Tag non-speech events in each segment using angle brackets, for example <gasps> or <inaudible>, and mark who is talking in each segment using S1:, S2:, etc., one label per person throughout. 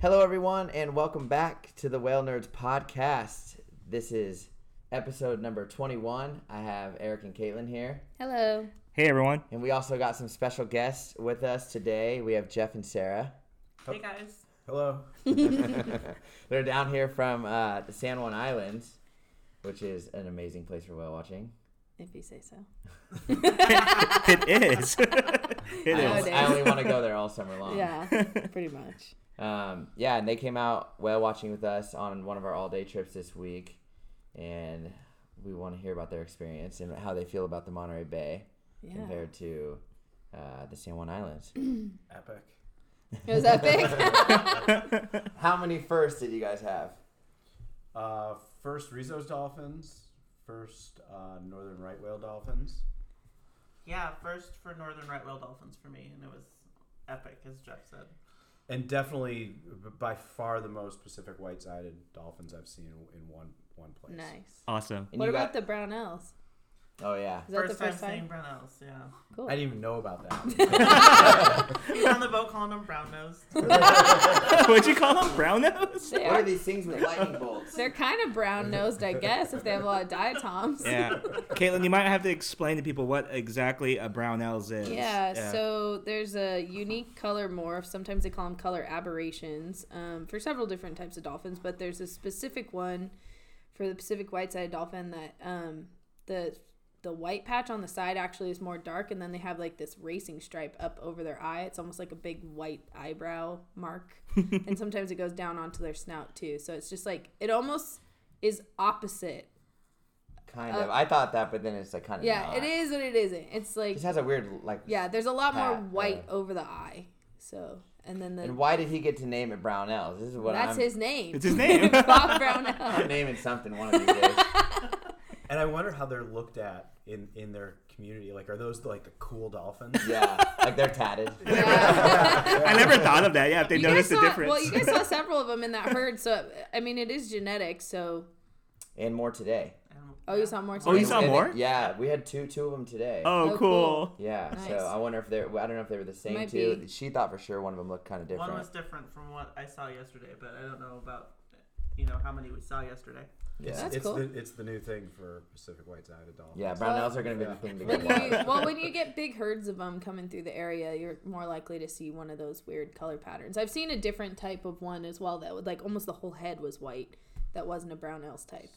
S1: Hello, everyone, and welcome back to the Whale Nerds podcast. This is episode number 21. I have Eric and Caitlin here,
S2: Hello.
S3: Hey <laughs> everyone.
S1: and we also got some special guests with us today. We have Jeff and Sarah.
S4: Hey guys.
S3: <laughs>
S1: Hello. <laughs> They're down here from uh, the San Juan Islands, which is an amazing place for whale watching.
S2: If you say so.
S3: It is. <laughs> it
S1: I,
S3: is.
S2: it
S1: only- I only want to go there all summer long.
S2: Yeah, pretty much.
S1: Um, yeah, and they came out whale watching with us on one of our all day trips this week, and we want to hear about their experience and how they feel about the Monterey Bay
S2: Yeah.
S1: compared to uh, the San Juan Islands. <clears throat>
S5: Epic.
S2: It was epic.
S1: how many firsts did you guys have?
S5: Uh, first Rizzo's dolphins. First uh, northern right whale dolphins.
S4: Yeah, first for Northern Right Whale Dolphins for me, and it was epic, as Jeff said.
S5: And definitely b- by far the most Pacific white-sided dolphins I've seen in- in one one
S2: <laughs>
S5: place.
S2: nice.
S3: awesome.
S1: And
S2: what
S1: you
S2: about
S1: got-
S2: the Brownells?
S1: Oh yeah,
S2: Is that the first
S4: time seeing
S2: time?
S4: brown nose, yeah.
S2: Cool.
S5: I didn't even know
S2: <laughs>
S5: about that.
S4: He's on the boat calling him brown nose.
S3: <laughs> What'd you call them? Brown nose?
S2: They
S1: what are
S2: are,
S1: these things
S2: <laughs>
S1: with lightning bolts?
S2: they're kind of brown nosed, I guess, if they have a lot of diatoms.
S3: <laughs> Yeah. Caitlin, you might have to explain to people what exactly a brown nose is.
S2: Yeah, so there's a unique color morph. Sometimes they call them color aberrations um, for several different types of dolphins, but there's a specific one for the Pacific white-sided dolphin that um, the the white patch on the side actually is more dark, and then they have like this racing stripe up over their eye. It's almost like a big white eyebrow <laughs> mark, and sometimes it goes down onto their snout too. So it's just like it almost is opposite.
S1: Kind of. I thought that, but then it's like kind of.
S2: Uh, Yeah,
S1: not.
S2: it is and it isn't. It's like
S1: This has a weird like.
S2: Yeah, there's a lot more
S1: Pat,
S2: white
S1: uh,
S2: over the eye. So, and then the
S1: And why did he get to name it Brownells? This is what
S2: that's
S1: I'm.
S2: his name.
S3: It's his name.
S2: <laughs> Bob Brownell.
S3: <laughs>
S2: <laughs>
S1: I'm naming something one of these days.
S5: and I wonder how they're looked at in in their community. Like, are those like the cool dolphins?
S1: Yeah, like they're tatted.
S3: I never thought of that. Yeah, if they
S2: You guys
S3: noticed the
S2: saw,
S3: difference.
S2: well, you guys
S3: <laughs>
S2: saw several of them in that herd. So, I mean, it is genetic. So,
S1: and more today.
S4: And-
S2: oh, you saw more.
S3: Oh, you
S2: today.
S3: saw
S1: And- and
S3: more?
S1: it- yeah, we had two two of them today.
S3: oh,
S2: Oh, cool.
S3: cool.
S1: Yeah, so
S2: Nice.
S1: I wonder if they're. I don't know if they were the same
S2: Might
S1: two.
S2: be.
S1: She thought for sure one of them looked kind of different.
S4: One was different from what I saw yesterday, but I don't know about you know how many we saw yesterday.
S1: yeah,
S2: That's
S5: it's
S2: cool.
S5: the it's the new thing for Pacific white-sided dolphins.
S1: yeah. Brownells are gonna be the thing to
S2: When
S1: get.
S2: you,
S1: lost.
S2: well, when you get big herds of them coming through the area, you're more likely to see one of those weird color patterns. I've seen a different type of one as well that would like almost the whole head was white. That wasn't a Brownells type.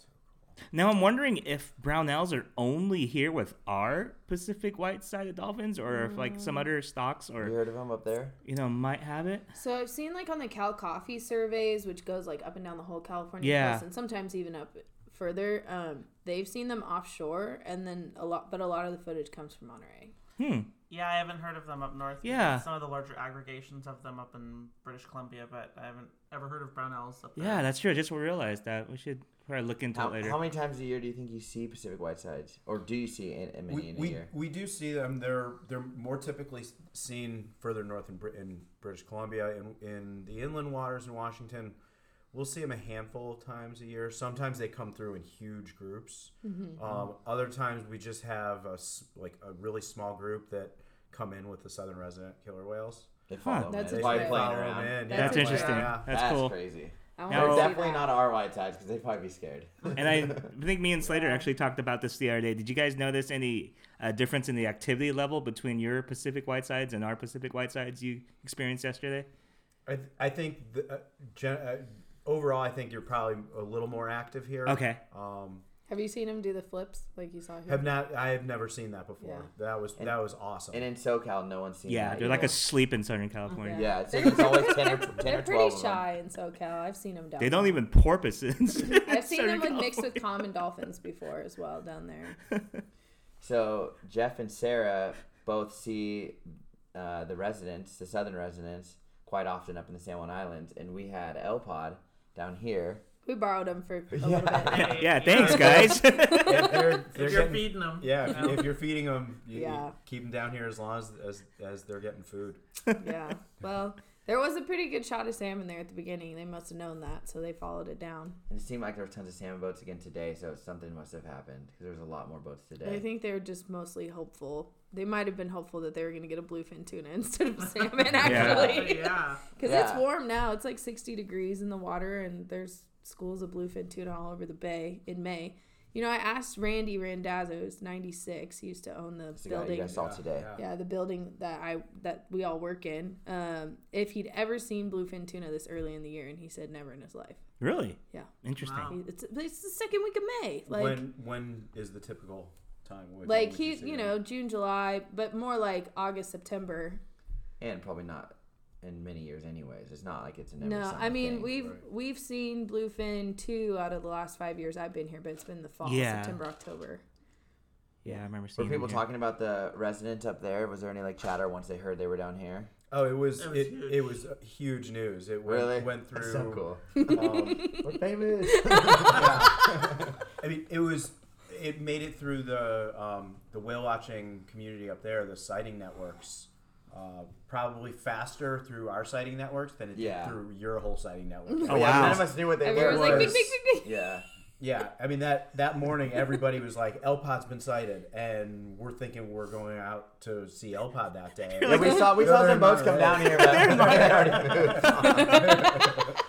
S3: Now I'm wondering if brownells are only here with our Pacific white-sided dolphins, or if like
S2: Mm.
S3: some other stocks,
S1: You
S3: or
S1: heard of them up there?
S3: you know, might have it.
S2: So I've seen like on the Cal Coffee surveys, which goes like up and down the whole California
S3: Yeah.
S2: coast, and sometimes even up further. Um, they've seen them offshore, and then a lot, but a lot of the footage comes from Monterey.
S3: Hmm.
S4: Yeah, I haven't heard of them up north.
S3: Yeah.
S4: Some of the larger aggregations of them up in British Columbia, but I haven't ever heard of brown owls up there.
S3: Yeah, that's true. I just realized that. We should probably look into
S1: How,
S3: it later.
S1: how many times a year do you think you see Pacific Whitesides, or do you see in, in many
S5: we,
S1: in a
S5: we,
S1: year?
S5: we do see them. They're they're more typically s- seen further north in, Brit- in British Columbia, in, in the inland waters in Washington. We'll see them a handful of times a year. Sometimes they come through in huge groups.
S3: Mm-hmm.
S5: Um, other times we just have a s like a really small group that come in with the southern resident killer whales.
S1: They follow
S2: That's
S1: them. They
S2: a
S1: probably
S2: trip.
S1: playing
S5: Follow
S1: around.
S5: 'em in,
S2: That's
S3: That's
S2: Yeah.
S3: interesting.
S5: Yeah.
S3: That's, cool.
S1: crazy.
S2: I
S3: Now-
S2: want
S1: They're
S2: to
S3: Oh.
S1: definitely
S2: see that.
S1: not our Whitesides because they'd probably be scared.
S3: And I think me and Slater actually talked about this the other day. Did you guys notice any uh, difference in the activity level between your Pacific Whitesides and our Pacific Whitesides you experienced yesterday?
S5: I, th- I think the, uh, gen- uh, overall, I think you're probably a little more active here.
S3: Okay.
S5: Um,
S2: Have you seen him do the flips like you saw here?
S5: Have not. I have never seen that before.
S2: Yeah.
S5: That was that was awesome.
S1: And in SoCal, no one's seen.
S3: Yeah,
S1: that
S3: they're like
S1: either.
S3: asleep in Southern California.
S1: Yeah, it's, like it's always
S2: <laughs>
S1: ten or ten
S2: They're
S1: or twelve.
S2: pretty
S1: of them.
S2: shy in SoCal. I've seen them down.
S3: They don't
S2: there.
S3: even porpoise in
S2: I've seen them like mixed with common dolphins before as well down there.
S1: So Jeff and Sarah both see uh, the residents, the southern residents, quite often up in the San Juan Islands, and we had L Pod down here.
S2: We borrowed them for a little bit.
S4: Hey,
S3: <laughs> Yeah,
S4: you
S3: thanks,
S4: know,
S3: guys. <laughs>
S5: if they're,
S4: <laughs> If
S5: they're
S4: you're
S5: getting-
S4: feeding them.
S5: yeah,
S4: you
S5: if,
S4: know.
S5: if you're feeding them, you, you
S2: Yeah.
S5: keep them down here as long as, as as they're getting food.
S2: yeah. Well, There was a pretty good shot of salmon there at the beginning. They must have known that, so they followed it down.
S1: And it seemed like there were tons of salmon boats again today, so something must have happened because there was a lot more boats
S2: I
S1: today.
S2: think they were just mostly hopeful. They might have been hopeful that they were going to get a bluefin tuna <laughs> instead of
S1: <laughs>
S2: salmon, actually.
S4: <laughs> <laughs> yeah.
S2: Because it's
S1: Yeah.
S2: warm now. It's like 60 degrees in the water, and there's schools of bluefin tuna all over the bay in May. You know, I asked Randy Randazzo, who's 96. He used to own the
S1: It's the guy you
S2: building.
S1: guys saw today.
S2: yeah the building that i that we all work in um if he'd ever seen bluefin tuna this early in the year and he said never in his life
S3: Really?
S2: Yeah.
S3: Interesting.
S4: Wow.
S2: He- it's, it's the second week of may like
S5: when when is the typical time? When-
S2: like
S5: when would
S2: he
S5: say
S2: you
S5: that?
S2: know june july but more like august september
S1: And probably not in many years, anyways. It's not like it's an every
S2: no
S1: summer
S2: i mean
S1: thing.
S2: we've
S5: right.
S2: we've seen bluefin two out of the last five years i've been here but it's been the fall
S3: Yeah.
S2: september october
S3: Yeah, I remember
S1: Were
S3: seeing.
S1: people
S3: it here.
S1: talking about the resident up there? Was there any like chatter once they heard they were down here?
S5: Oh, it was
S4: It
S5: it
S4: was
S5: was,
S4: huge.
S5: it, was uh, huge news. It went,
S1: Really? <laughs>
S5: went through. um,
S1: we're famous. <laughs>
S5: <laughs> I mean, it was it made it through the um, the whale watching community up there, the sighting networks. Uh, probably faster through our sighting networks than it
S1: Yeah.
S5: did through your whole sighting network.
S1: <laughs>
S3: Oh,
S1: yeah,
S3: wow.
S1: None of us knew what they
S2: everyone's like
S1: were.
S2: big
S5: was-
S2: big big big
S1: yeah.
S5: Yeah, I mean that that morning everybody was like, "El Pod's been sighted," and we're thinking we're going out to see El Pod that day.
S1: Yeah, we saw we
S5: No,
S1: saw
S5: they're
S1: some boats
S5: not
S1: come down
S5: ready.
S1: here. But they <laughs> already moved on.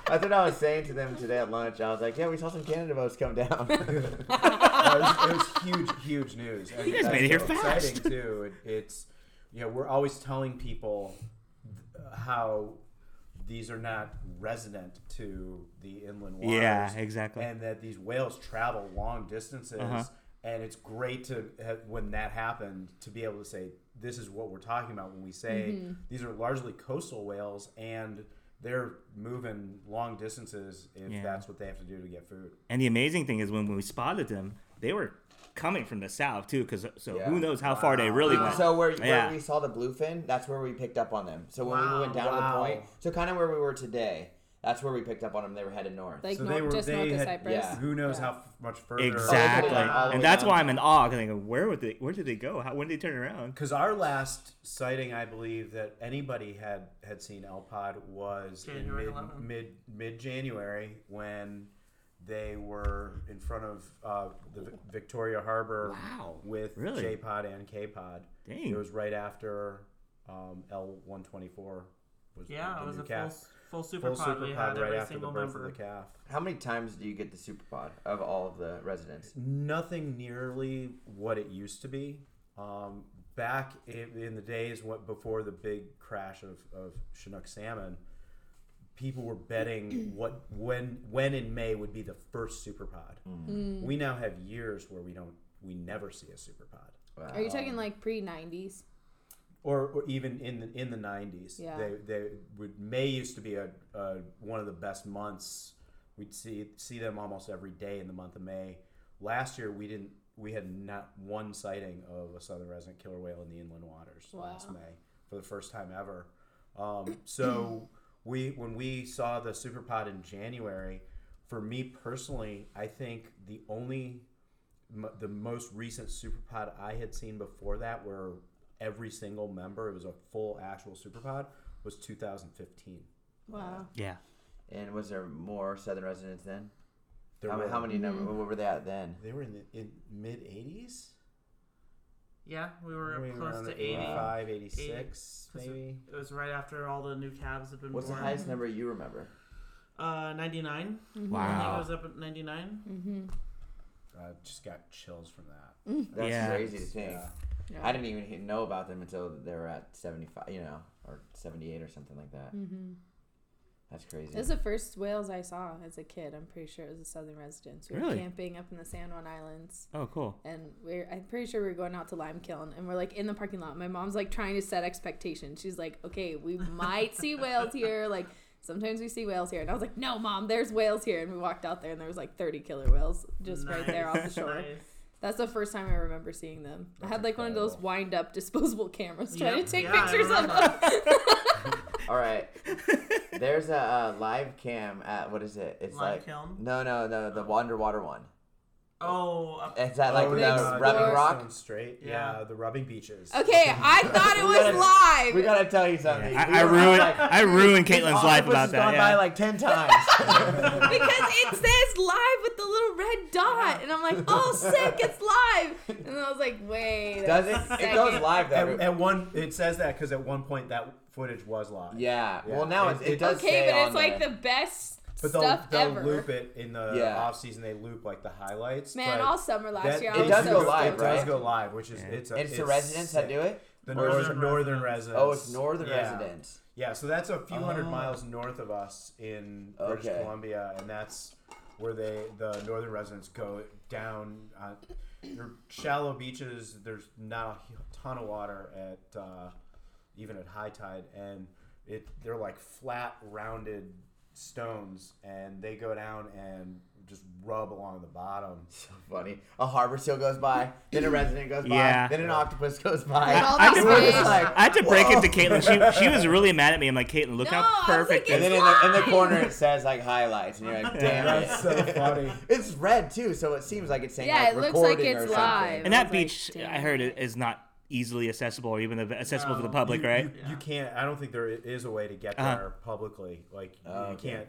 S1: I think I was saying to them today at lunch. I was like, "Yeah, we saw some Canada boats come <laughs> down."
S5: Uh, it, was, it was huge, huge news. And
S3: You guys
S5: that's
S3: made it here
S5: so
S3: fast.
S5: Exciting too. It, it's you know we're always telling people uh, how these are not resident to the inland waters.
S3: Yeah, exactly.
S5: And that these whales travel long distances.
S3: Uh-huh.
S5: And it's great to have, when that happened to be able to say this is what we're talking about when we say these are largely coastal whales and they're moving long distances if
S3: Yeah.
S5: that's what they have to do to get food.
S3: And the amazing thing is when we spotted them, they were coming from the south too, because so
S1: Yeah.
S3: who knows how far they really went.
S1: so where, where
S3: Yeah.
S1: we saw the bluefin, that's where we picked up on them. So when we
S4: Wow,
S1: went down
S5: wow.
S1: to the point, so kind of where we were today, that's where we picked up on them. They were headed north.
S2: like
S5: So
S2: north,
S5: they were-
S2: just north
S5: they
S2: of
S5: had-
S2: cyprus
S1: yeah.
S5: Who knows
S2: Yeah.
S5: how f- much further?
S3: exactly,
S1: All the way
S3: and that's
S1: down.
S3: why I'm in awe. 'cause I think, where would they? Where did they go? How? When did they turn around?
S5: Because our last sighting, I believe that anybody had had seen El Pod was
S4: January
S5: in
S4: 11.
S5: mid, mid mid January when they were in front of uh, the Vic- Victoria Harbor
S3: Wow,
S5: with
S3: really?
S5: J Pod and K Pod.
S3: Dang.
S5: It was right after um, L one twenty four was
S4: Yeah,
S5: the
S4: it was
S5: new
S4: a full,
S5: calf.
S4: full super pod. we had
S5: right
S4: every
S5: after the
S4: single
S5: birth
S4: member.
S5: of the calf.
S1: How many times do you get the superpod of all of the residents?
S5: nothing nearly what it used to be. Um, back in, in the days what, before the big crash of, of Chinook salmon, people were betting <clears throat> what when when in May would be the first superpod. We now have years where we don't we never see a superpod,
S1: Wow.
S5: Uh,
S2: are you talking like pre-90s
S5: or, or even in the in the nineties.
S2: Yeah.
S5: They, they would May used to be a, a one of the best months. We'd see see them almost every day in the month of May. Last year we didn't we had not one sighting of a southern resident killer whale in the inland waters last
S2: Wow.
S5: May for the first time ever. Um, so <clears throat> we when we saw the superpod in January, for me personally, I think the only m- the most recent superpod I had seen before that, where every single member it was a full actual superpod, was 2015.
S2: wow
S3: Yeah,
S1: And was there more southern residents then?
S5: There
S1: how,
S5: were-
S1: how many number?
S2: Mm.
S1: What were they at then?
S5: They were in the in mid 80s.
S4: Yeah, we were
S5: Maybe
S4: close
S5: around
S4: to 80.
S5: 85, 86,
S4: 'Cause it-
S5: maybe.
S4: It was right after all the new calves had been
S1: What's the
S4: born.
S1: highest number you remember?
S4: Uh, 99.
S2: Mm-hmm.
S4: I think it
S3: wow.
S4: was up at 99.
S5: I just got chills from that.
S1: That's
S3: Yeah.
S1: crazy to think.
S5: Yeah.
S1: I didn't even he- know about them until they were at 75, you know, or 78 or something like that.
S2: mm-hmm.
S1: That's crazy.
S2: Those are the first whales I saw as a kid. I'm pretty sure it was the southern residents. We were
S3: Really?
S2: camping up in the San Juan Islands.
S3: Oh, cool.
S2: And we're I'm pretty sure we were going out to Lime Kiln and we're like in the parking lot. My mom's like trying to set expectations. She's like, Okay,
S4: <laughs>
S2: we might see whales here, like sometimes we see whales here. And I was like, No mom, there's whales here and we walked out there and there was like thirty killer whales just right there off the
S4: Nice,
S2: shore.
S4: nice.
S2: That's the first time I remember seeing them. I
S5: That's
S2: had like one of those
S5: incredible.
S2: wind up disposable cameras trying
S4: Yep.
S2: to take
S4: Yeah, I
S2: pictures of them.
S4: remember.
S1: All
S2: <laughs>
S1: right. There's a uh, live cam at, what is it? It's
S4: Live
S1: like.
S4: kiln?
S1: No, no, no, the underwater one.
S4: <laughs> Oh, up-
S1: Is that like
S5: Oh,
S1: the
S2: next
S5: God,
S1: rubbing
S2: door.
S1: rock?
S5: Stone Straight. Yeah.
S4: Yeah.
S5: the rubbing beaches.
S2: <laughs>
S5: <laughs>
S2: Okay, I thought it
S1: We
S2: was
S1: gotta-
S2: live.
S1: We gotta tell you something.
S5: Yeah.
S1: We
S3: I, I
S1: were
S3: ruined
S1: like-
S3: I ruined
S1: His <laughs> octopus
S3: Caitlin's life
S1: has
S3: about that.
S1: gone by
S3: yeah.
S1: like ten
S2: <laughs>
S1: times.
S2: because it says live with the little red dot, and I'm like, oh, sick, it's live. And then I was like, wait, a
S1: Does it? It
S2: second.
S1: goes live
S5: At,
S1: though.
S5: at one, it says that because at one point that footage was live.
S1: yeah.
S5: Yeah.
S1: Well, now it,
S5: It-
S1: it does.
S2: Okay,
S1: say
S2: but
S1: on
S2: it's like
S1: there.
S2: the best
S5: But they'll,
S2: stuff
S5: they'll
S2: ever.
S5: loop it in the
S1: Yeah.
S5: off season. They loop like the highlights.
S2: Man,
S5: but
S2: all summer last
S5: that-
S2: year, I
S1: It
S2: was
S1: does
S2: so
S1: go
S2: stoked.
S1: live,
S5: It does
S1: right?
S5: go live, which is
S3: Yeah.
S5: it's a,
S1: And it's the residents that
S5: sick.
S1: do it.
S5: The
S1: Or is
S5: northern
S4: it-
S5: northern residents.
S1: Oh, it's northern
S5: Yeah.
S1: residents.
S5: Yeah, so that's a few
S1: Oh.
S5: hundred miles north of us in British
S1: Okay.
S5: Columbia, and that's where they the northern residents go down. Uh, they're shallow beaches. There's not a ton of water at uh, even at high tide, and it they're like flat, rounded stones, and they go down and just rub along the bottom.
S1: So funny. A harbor seal goes by, then a resident goes by,
S3: Yeah.
S1: then an octopus goes by.
S2: And
S1: <laughs>
S2: all
S3: I had,
S2: these
S3: to
S1: We're
S3: break
S2: fish.
S1: just
S3: it,
S1: like,
S3: I had to break it to
S1: "Whoa."
S3: Caitlin. She, she was really mad at me. I'm like, Caitlin, look
S2: No, I
S3: how
S2: was
S3: perfect
S2: like,
S1: And
S3: this
S1: then in the, in the corner it says like highlights, and you're like, damn it.
S5: That's so funny.
S1: <laughs> It's red too, so it seems like it's saying
S2: Yeah,
S1: like,
S2: it looks like
S1: recording
S2: it's
S1: or something.
S2: live.
S3: And
S2: I
S3: that
S2: was like,
S3: beach, I
S2: damn.
S3: heard, it is not easily accessible or even accessible to the
S4: No.
S3: public,
S5: you,
S3: right?
S5: You, you can't. I don't think there i- is a way to get
S3: Uh-huh.
S5: there publicly. Like
S1: Oh,
S5: you
S1: okay.
S5: can't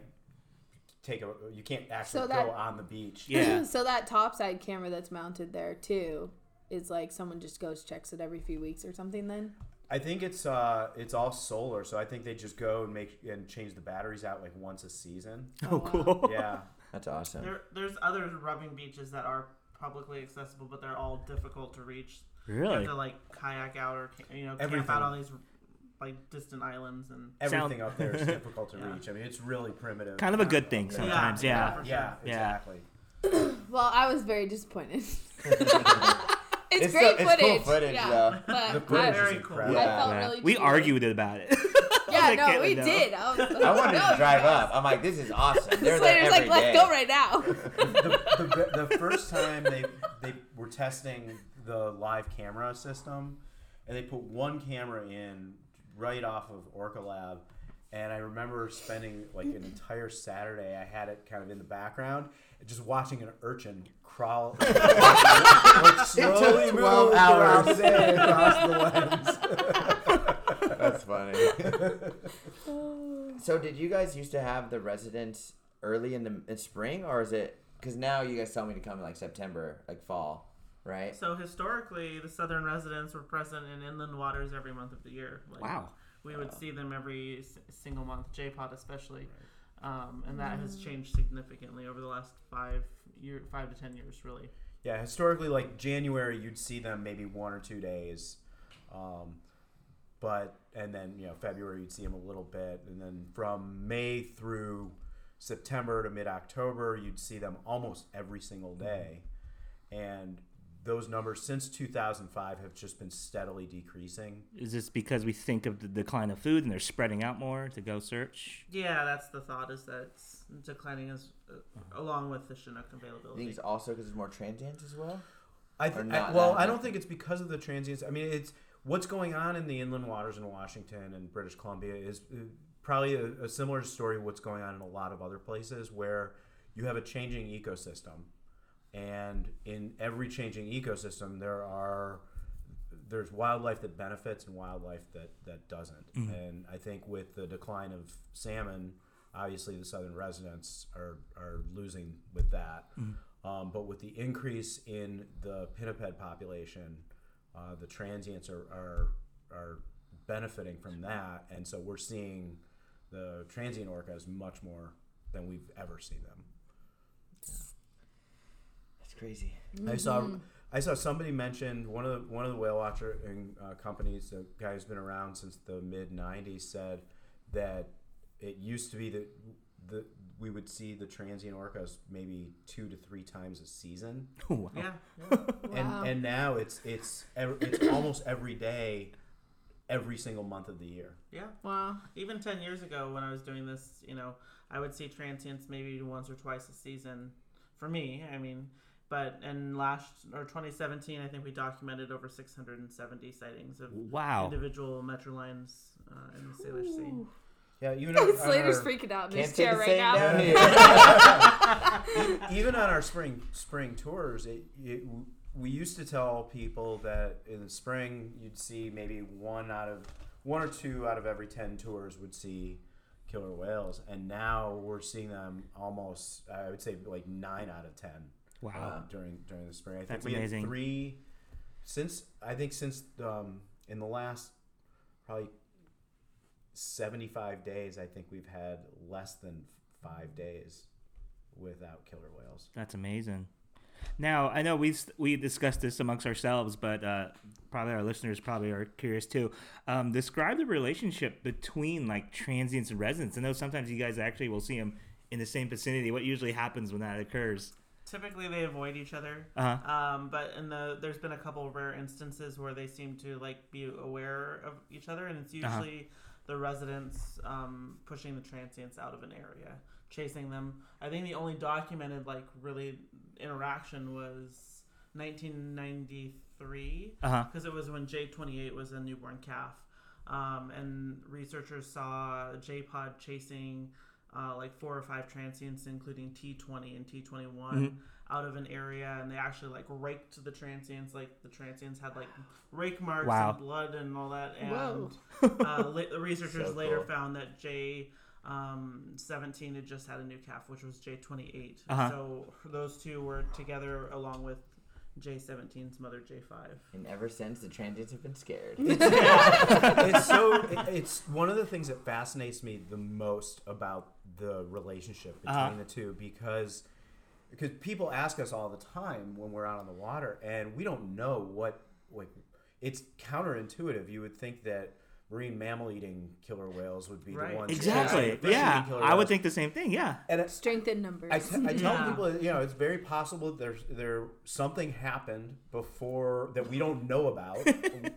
S5: take a. You can't actually
S2: So that-
S5: go on the beach.
S2: <laughs>
S3: Yeah.
S2: so that topside camera that's mounted there too is like someone just goes checks it every few weeks or something. Then
S5: I think it's uh it's all solar, so I think they just go and make and change the batteries out like once a season.
S2: <laughs>
S3: Oh, cool. <laughs>
S5: Yeah.
S1: That's awesome.
S4: there, there's other rubbing beaches that are publicly accessible, but they're all difficult to reach. You have
S3: Really?
S4: to like kayak out or ca- you know
S5: Everything.
S4: camp out on these like distant islands and
S5: Everything up there
S3: <laughs>
S5: is difficult to
S4: Yeah.
S5: reach. I mean, it's really primitive.
S3: Kind of a good thing sometimes, yeah.
S4: for sure.
S5: Yeah,
S3: Yeah.
S5: exactly.
S2: well, I was very disappointed. <laughs> it's,
S1: It's
S2: great
S1: so- it's
S2: footage.
S1: cool footage,
S2: yeah,
S1: though.
S2: but
S5: The footage
S2: I,
S5: is
S4: Very cool.
S5: incredible.
S2: I
S1: Yeah.
S2: felt
S3: Yeah.
S2: really
S3: we
S2: cheated.
S3: argued about it. <laughs>
S2: Yeah,
S3: Like,
S2: no,
S3: Caitlin,
S2: we
S3: no.
S2: did. I, was,
S1: I wanted
S2: no,
S1: to drive up. I'm like, this is
S2: <laughs>
S1: awesome. They're there
S2: Slater's
S1: every day.
S2: like, let's go right now.
S5: the, the, the first time they they were testing the live camera system, and they put one camera in right off of Orca Lab, and I remember spending like an entire Saturday. I had it kind of in the background, just watching an urchin crawl. <laughs> like, slowly
S1: It took
S5: move
S1: 12
S5: around
S1: hours.
S5: the day across the lens.
S1: <laughs> That's funny. <laughs> So, did you guys used to have the residents early in the in spring, or is it because now you guys tell me to come in like September, like fall, right?
S4: So historically, the southern residents were present in inland waters every month of the year. Like,
S3: Wow.
S4: We would see them every s- single month, JPOD especially, um, and that has changed significantly over the last five year, five to ten years, really.
S5: Yeah, historically, like January, you'd see them maybe one or two days, um, but and then you know February you'd see them a little bit, and then from May through September to mid October you'd see them almost every single day, and those numbers since 2005 have just been steadily decreasing.
S3: Is this because we think of the decline of food and they're spreading out more to go search? <laughs>
S4: Yeah, that's the thought is that it's declining as uh, along with the Chinook
S1: I think
S4: availability.
S1: it's also because it's more transients as well.
S5: I,
S1: Or
S5: th-
S1: not
S5: I well,
S1: that
S5: I don't think it's because of the transients. I mean, it's what's going on in the inland waters in Washington and British Columbia is uh, probably a, a similar story. to What's going on in a lot of other places where you have a changing ecosystem, and in every changing ecosystem, there are there's wildlife that benefits and wildlife that that doesn't. And I think with the decline of salmon, obviously the southern residents are are losing with that. Um, but with the increase in the pinniped population, uh, the transients are, are are benefiting from that, and so we're seeing the transient orcas much more than we've ever seen them.
S1: That's crazy.
S5: I saw I saw somebody mentioned one of the, one of the whale watching uh, companies, the guy who's been around since the mid '90s, said that it used to be that the we would see the transient orcas maybe two to three times a season,
S3: Wow.
S4: yeah,
S2: Wow.
S5: and and now it's it's ev- it's almost every day, every single month of the year.
S4: yeah.
S2: <laughs> wow.
S4: Even ten years ago, when I was doing this, you know, I would see transients maybe once or twice a season. For me, I mean, but in last or 2017, I think we documented over 670 sightings of
S3: Wow.
S4: individual metrolines uh, in the Salish Sea.
S5: Yeah, even on,
S2: <laughs>
S5: on
S2: Slater's
S5: our,
S2: freaking out in
S1: Can't
S2: his
S1: say
S2: chair
S1: the
S2: right
S1: same
S2: now. <laughs>
S1: down here.
S5: e- <laughs> even on our spring spring tours, it, it, we used to tell people that in the spring you'd see maybe one out of one or two out of every ten tours would see killer whales, and now we're seeing them almost. I would say like nine out of ten
S3: Wow.
S5: uh, during during the spring. I think
S3: That's
S5: we
S3: amazing.
S5: had three since I think since um, in the last probably seventy five days. I think we've had less than five days without killer whales.
S3: That's amazing. Now I know we we discussed this amongst ourselves, but uh, probably our listeners probably are curious too. Um, describe the relationship between like transients and residents. I know sometimes you guys actually will see them in the same vicinity. What usually happens when that occurs?
S4: Typically, they avoid each other.
S3: Uh-huh.
S4: Um, but in the there's been a couple rare instances where they seem to like be aware of each other, and it's
S3: Uh-huh.
S4: usually the residents um, pushing the transients out of an area, chasing them. I think the only documented like really interaction was 1993
S3: Uh huh.
S4: because it was when J28 was a newborn calf, um, and researchers saw J-Pod chasing uh, like four or five transients, including T20 and T21,
S3: Mm-hmm.
S4: out of an area, and they actually like raked the transients. Like the transients had like rake marks
S3: Wow.
S4: and blood and all that. And
S2: Whoa.
S3: <laughs>
S4: uh, la- the researchers
S5: So
S4: later
S5: cool.
S4: found that J. Um, 17 had just had a new calf, which was J28.
S3: Uh-huh.
S4: So those two were together along with J17's mother, J5.
S1: And ever since, the transients have been
S2: <laughs>
S1: scared.
S5: it's so it- it's one of the things that fascinates me the most about the relationship between
S3: Uh-huh.
S5: the two because because people ask us all the time when we're out on the water and we don't know what like it's counterintuitive you would think that marine mammal eating killer whales would be
S4: Right.
S5: the ones
S3: Exactly.
S5: chasing the fish
S3: Yeah,
S5: eating killer
S3: I would
S5: whales.
S3: think the same thing. Yeah.
S5: and it's
S2: Strength in numbers.
S5: I,
S2: <laughs>
S5: t- I tell
S4: Yeah.
S5: people, you know, it's very possible there's there something happened before that we don't know about.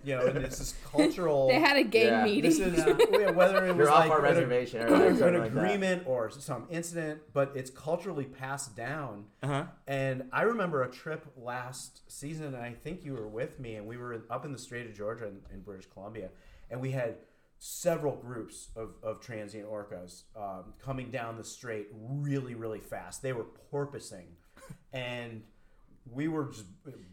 S5: you know, and it's this cultural.
S2: they had a gang
S1: Yeah.
S2: meeting.
S5: this is yeah, whether it was
S1: You're off
S5: like
S1: our
S5: an-
S1: reservation. Or
S5: an,
S1: something like that.
S5: agreement or some incident, but it's culturally passed down.
S3: Uh
S1: Uh-huh.
S3: huh.
S5: And I remember a trip last season, and I think you were with me, and we were in, up in the Strait of Georgia in, in British Columbia, and we had several groups of, of transient orcas um, coming down the strait really, really fast. They were porpoising, and we were just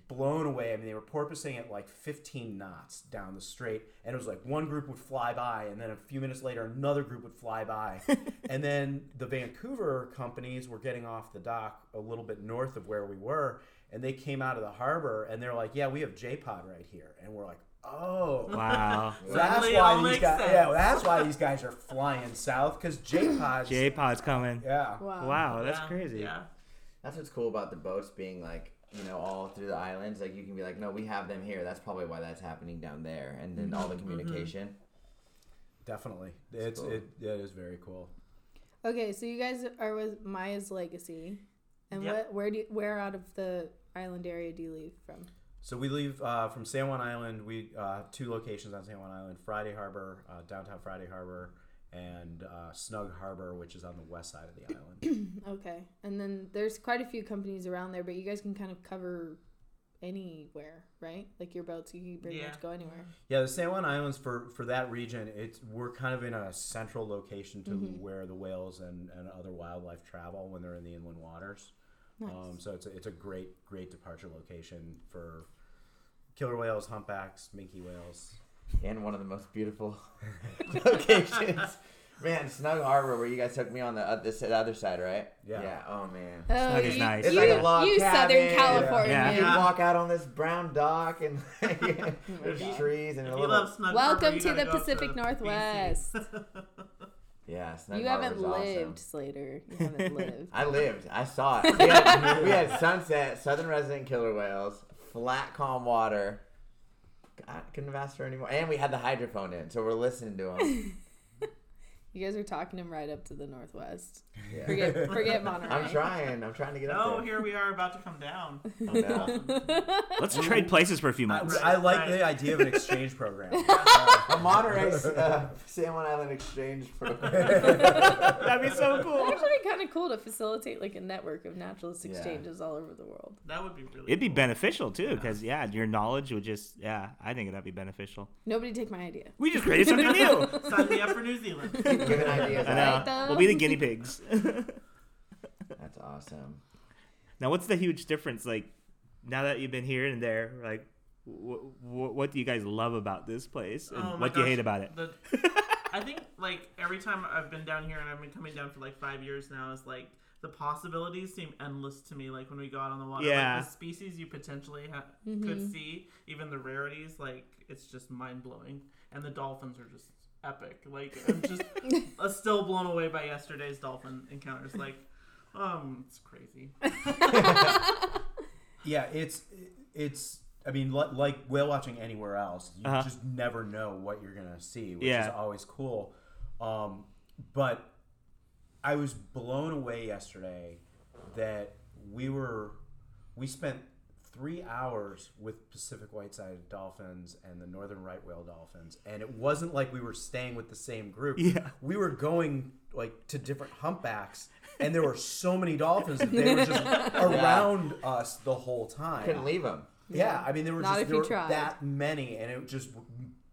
S5: blown away. I mean, they were porpoising at like 15 knots down the strait, and it was like one group would fly by, and then a few minutes later, another group would fly by, and then the Vancouver companies were getting off the dock a little bit north of where we were, and they came out of the harbor, and they're like, "Yeah, we have J Pod right here," and we're like, "Oh."
S3: Wow. <laughs>
S5: That's
S4: Suddenly it all
S5: why these
S4: makes
S5: guys.
S4: sense.
S5: Yeah, that's why these guys are flying south because J
S3: <laughs>
S5: pods.
S3: J Pod's coming.
S5: Yeah.
S2: <laughs> wow.
S3: Wow, that's
S4: Yeah,
S3: crazy.
S4: Yeah.
S1: That's what's cool about the boats being like, you know, all through the islands. Like you can be like, no, we have them here. That's probably why that's happening down there. And then all the communication.
S5: Definitely. It's
S1: cool.
S5: it, it is very cool.
S2: Okay, so you guys are with Maya's legacy, and
S4: Yep.
S2: what? Where do? You, where out of the island area do you leave from?
S5: So we leave uh, from San Juan Island. We uh, have two locations on San Juan Island: Friday Harbor, uh, downtown Friday Harbor, and uh, Snug Harbor, which is on the west side of the island.
S2: Okay, and then there's quite a few companies around there, but you guys can kind of cover anywhere, right? Like your boats, you can pretty
S4: Yeah.
S2: much go anywhere.
S5: yeah, the San Juan Islands for for that region, it's we're kind of in a central location to
S2: Mhm.
S5: where the whales and, and other wildlife travel when they're in the inland waters.
S2: Nice.
S5: Um, so it's a, it's a great great departure location for killer whales, humpbacks, minke whales.
S1: And one of the most beautiful <laughs> locations. Man, Snug Harbor, where you guys took me on the, uh, this, the other side, right?
S5: Yeah.
S1: Yeah. Oh, man.
S2: oh,
S3: Snug is
S2: you,
S3: nice.
S1: It's
S2: you,
S1: like a log
S2: you
S1: cabin.
S2: Southern California.
S3: Yeah.
S1: You walk out on this brown dock and <laughs> there's
S2: God.
S1: trees and a
S4: If you
S1: little.
S4: love Snug
S2: Welcome
S4: Harbor, you
S2: to the
S4: gotta go
S2: Pacific
S4: BC.
S2: Northwest.
S1: yeah, Snug
S2: you haven't
S1: Harbor's awesome.
S2: lived, Slater. You
S1: <laughs>
S2: haven't lived.
S1: I lived. I saw it. We
S2: <laughs>
S1: had, we had sunset, southern resident killer whales, flat, calm water. I couldn't have asked for any more. And we had the hydrophone in, so we're listening to them.
S2: You guys are talking him right up to the Northwest.
S1: <laughs> Yeah.
S2: <laughs> Forget, forget Monterey.
S1: I'm trying. I'm trying to get
S4: Oh,
S1: up there.
S4: here we are about to come down.
S1: Oh, no.
S3: Let's trade places for a few
S5: I, <laughs>
S3: months. <laughs>
S5: I like
S4: Right.
S5: the idea of an exchange program. <laughs>
S1: A Monterey uh, San Juan Island exchange <laughs> program.
S3: That'd be so cool.
S2: It's actually kind of cool to facilitate like a network of naturalist
S1: Yeah.
S2: exchanges all over the world.
S4: That would be really.
S3: It'd be
S4: cool.
S3: beneficial too, because yeah. your knowledge would just yeah. I think that'd be beneficial.
S2: Nobody take my idea. <laughs>
S4: <laughs>
S3: We just created something new.
S1: <laughs>
S4: Sign me up for New Zealand.
S1: We're giving ideas.
S3: I
S2: Right,
S3: know.
S2: though?
S3: We'll be the guinea pigs. <laughs>
S1: That's awesome.
S3: now, what's the huge difference? Like, now that you've been here and there, like, wh- wh- what do you guys love about this place, and
S4: Oh my
S3: what do you
S4: gosh,
S3: hate about it?
S4: the- I think like every time I've been down here and I've been coming down for like five years now is like the possibilities seem endless to me. Like when we go out on the water,
S3: Yeah.
S4: like the species you potentially ha- could see, even the rarities, like it's just mind blowing. And the dolphins are just epic. Like I'm just uh, still blown away by yesterday's dolphin encounters. Like, um, it's crazy.
S5: Yeah, it's it's. I mean, li- like whale watching anywhere else, you
S3: Uh-huh.
S5: just never know what you're gonna see, which
S3: Yeah.
S5: is always cool. Um, but I was blown away yesterday that we were we spent three hours with Pacific white-sided dolphins and the northern right whale dolphins, and it wasn't like we were staying with the same group.
S3: Yeah.
S5: we were going like to different humpbacks, and there were so many dolphins that they
S3: <laughs>
S5: were just around us the whole time.
S1: Couldn't leave them.
S5: Yeah, I mean there were
S2: Not
S5: just
S2: if
S5: there
S2: you
S5: were
S2: tried.
S5: that many, and it just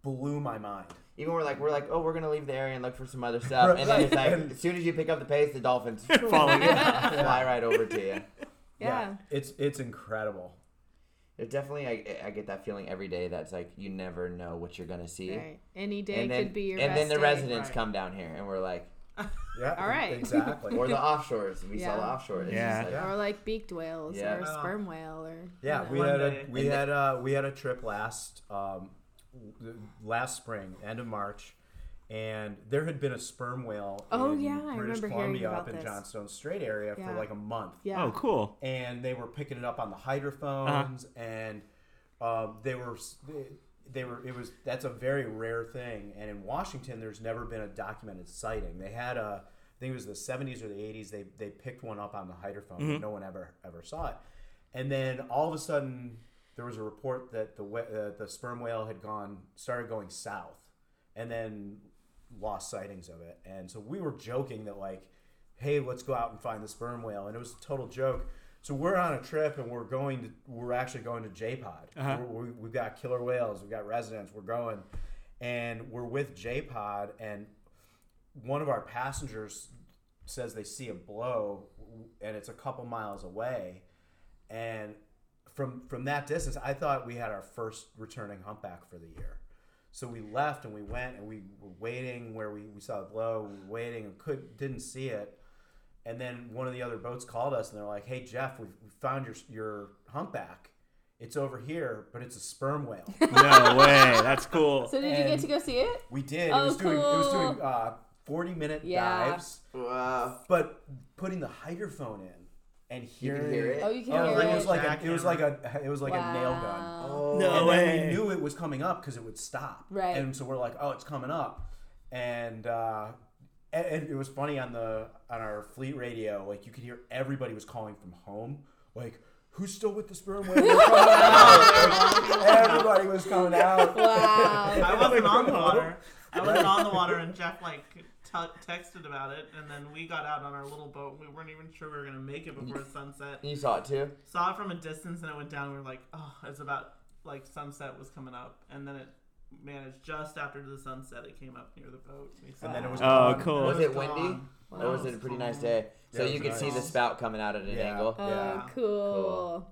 S5: blew my mind.
S1: Even we're like, we're like, oh, we're gonna leave the area and look for some other stuff. And then it's like,
S5: And-
S1: as soon as you pick up the pace, the dolphins
S3: <laughs> Follow you.
S1: <laughs> fly right over to you.
S5: <laughs>
S2: Yeah.
S5: it's it's incredible.
S1: It definitely, I, I get that feeling every day. That's like you never know what you're gonna see.
S2: Right. Any day
S1: And then,
S2: could be your
S1: and
S2: best
S1: then the
S2: day.
S1: residents
S4: Right.
S1: come down here, and we're
S2: <laughs>
S1: like,
S5: Yeah,
S2: All right.
S5: exactly.
S1: or the offshores. We saw the
S2: Yeah.
S1: offshores. It's
S3: Yeah.
S1: just like-
S5: Yeah.
S2: Or like beaked whales
S1: Yeah.
S2: or a
S4: Wow.
S2: sperm whale or
S5: <laughs> Yeah,
S2: you
S5: we
S2: know.
S4: One
S5: had
S4: day.
S5: a we had a we had a trip last um, w- last spring, end of March, and there had been a sperm whale
S2: Oh,
S5: in
S2: yeah, I
S5: British
S2: remember hearing
S5: Columbia
S2: about
S5: up in
S2: this.
S5: Johnstone Strait area
S2: Yeah.
S5: for like a month.
S2: yeah.
S3: Oh, cool.
S5: and they were picking it up on the hydrophones and um, they were they were it was that's a very rare thing and in washington there's never been a documented sighting they had a i think it was the 70s or the 80s they, they picked one up on the hydrophone but no one ever ever saw it and then all of a sudden there was a report that the wh- uh, the sperm whale had gone started going south and then lost sightings of it and so we were joking that like hey, let's go out and find the sperm whale. And it was a total joke. So we're on a trip and we're going to, we're actually going to JPod.
S3: Uh-huh.
S5: We're- We, we've got killer whales, we've got residents, we're going. And we're with JPod, and one of our passengers says they see a blow and it's a couple miles away. And from from that distance, I thought we had our first returning humpback for the year. So we left and we went and we were waiting where we, we saw the blow, we were waiting and could didn't see it. And then one of the other boats called us and they're like, "Hey Jeff, we we found your your humpback. It's over here, but it's a
S2: <laughs>
S5: sperm whale."
S3: No <laughs> way. That's
S5: Oh.
S3: cool.
S2: So did you get
S5: And-
S2: to go see it?
S5: we did. it
S2: Oh,
S5: was doing it was doing
S2: cool.
S5: uh, 40 minute
S2: Yeah.
S5: dives,
S1: wow.
S5: but putting the hydrophone in and
S1: You
S5: hearing
S1: can hear it.
S2: Oh, you can
S5: Oh,
S2: hear
S5: it
S2: it.
S5: was like a, it
S4: Jackhammer.
S5: was like a it was like a nail gun.
S2: Wow.
S1: Oh,
S3: No.
S5: and then
S3: way.
S5: we knew it was coming up because it would stop.
S2: Right.
S5: And so we're like, oh, it's coming up, and uh, and, and it was funny on the on our fleet radio, like you could hear everybody was calling from home, like. Who's still with the sperm whale? We're coming out." <laughs> Like, everybody was coming out. <laughs>
S2: Wow.
S4: I wasn't on the water. I wasn't on the water, and Jeff like t- texted about it, and then we got out on our little boat. and We weren't even sure we were gonna make it before sunset.
S1: You saw it too.
S4: Saw it from a distance, and it went down. We were like, oh, it's about like sunset was coming up, and then it managed just after the sunset. It came up near the boat. We saw
S5: And then it was
S3: Oh,
S5: gone.
S3: cool.
S1: Was it
S4: gone.
S1: windy?
S4: No,
S1: Or was it
S4: it
S1: a
S4: was
S1: pretty
S4: calm.
S1: nice day? So
S5: Yeah, it
S1: you
S5: was
S1: could see the
S4: nice.
S1: spout coming out at an
S5: Yeah.
S1: angle.
S2: Oh,
S4: Yeah.
S2: cool.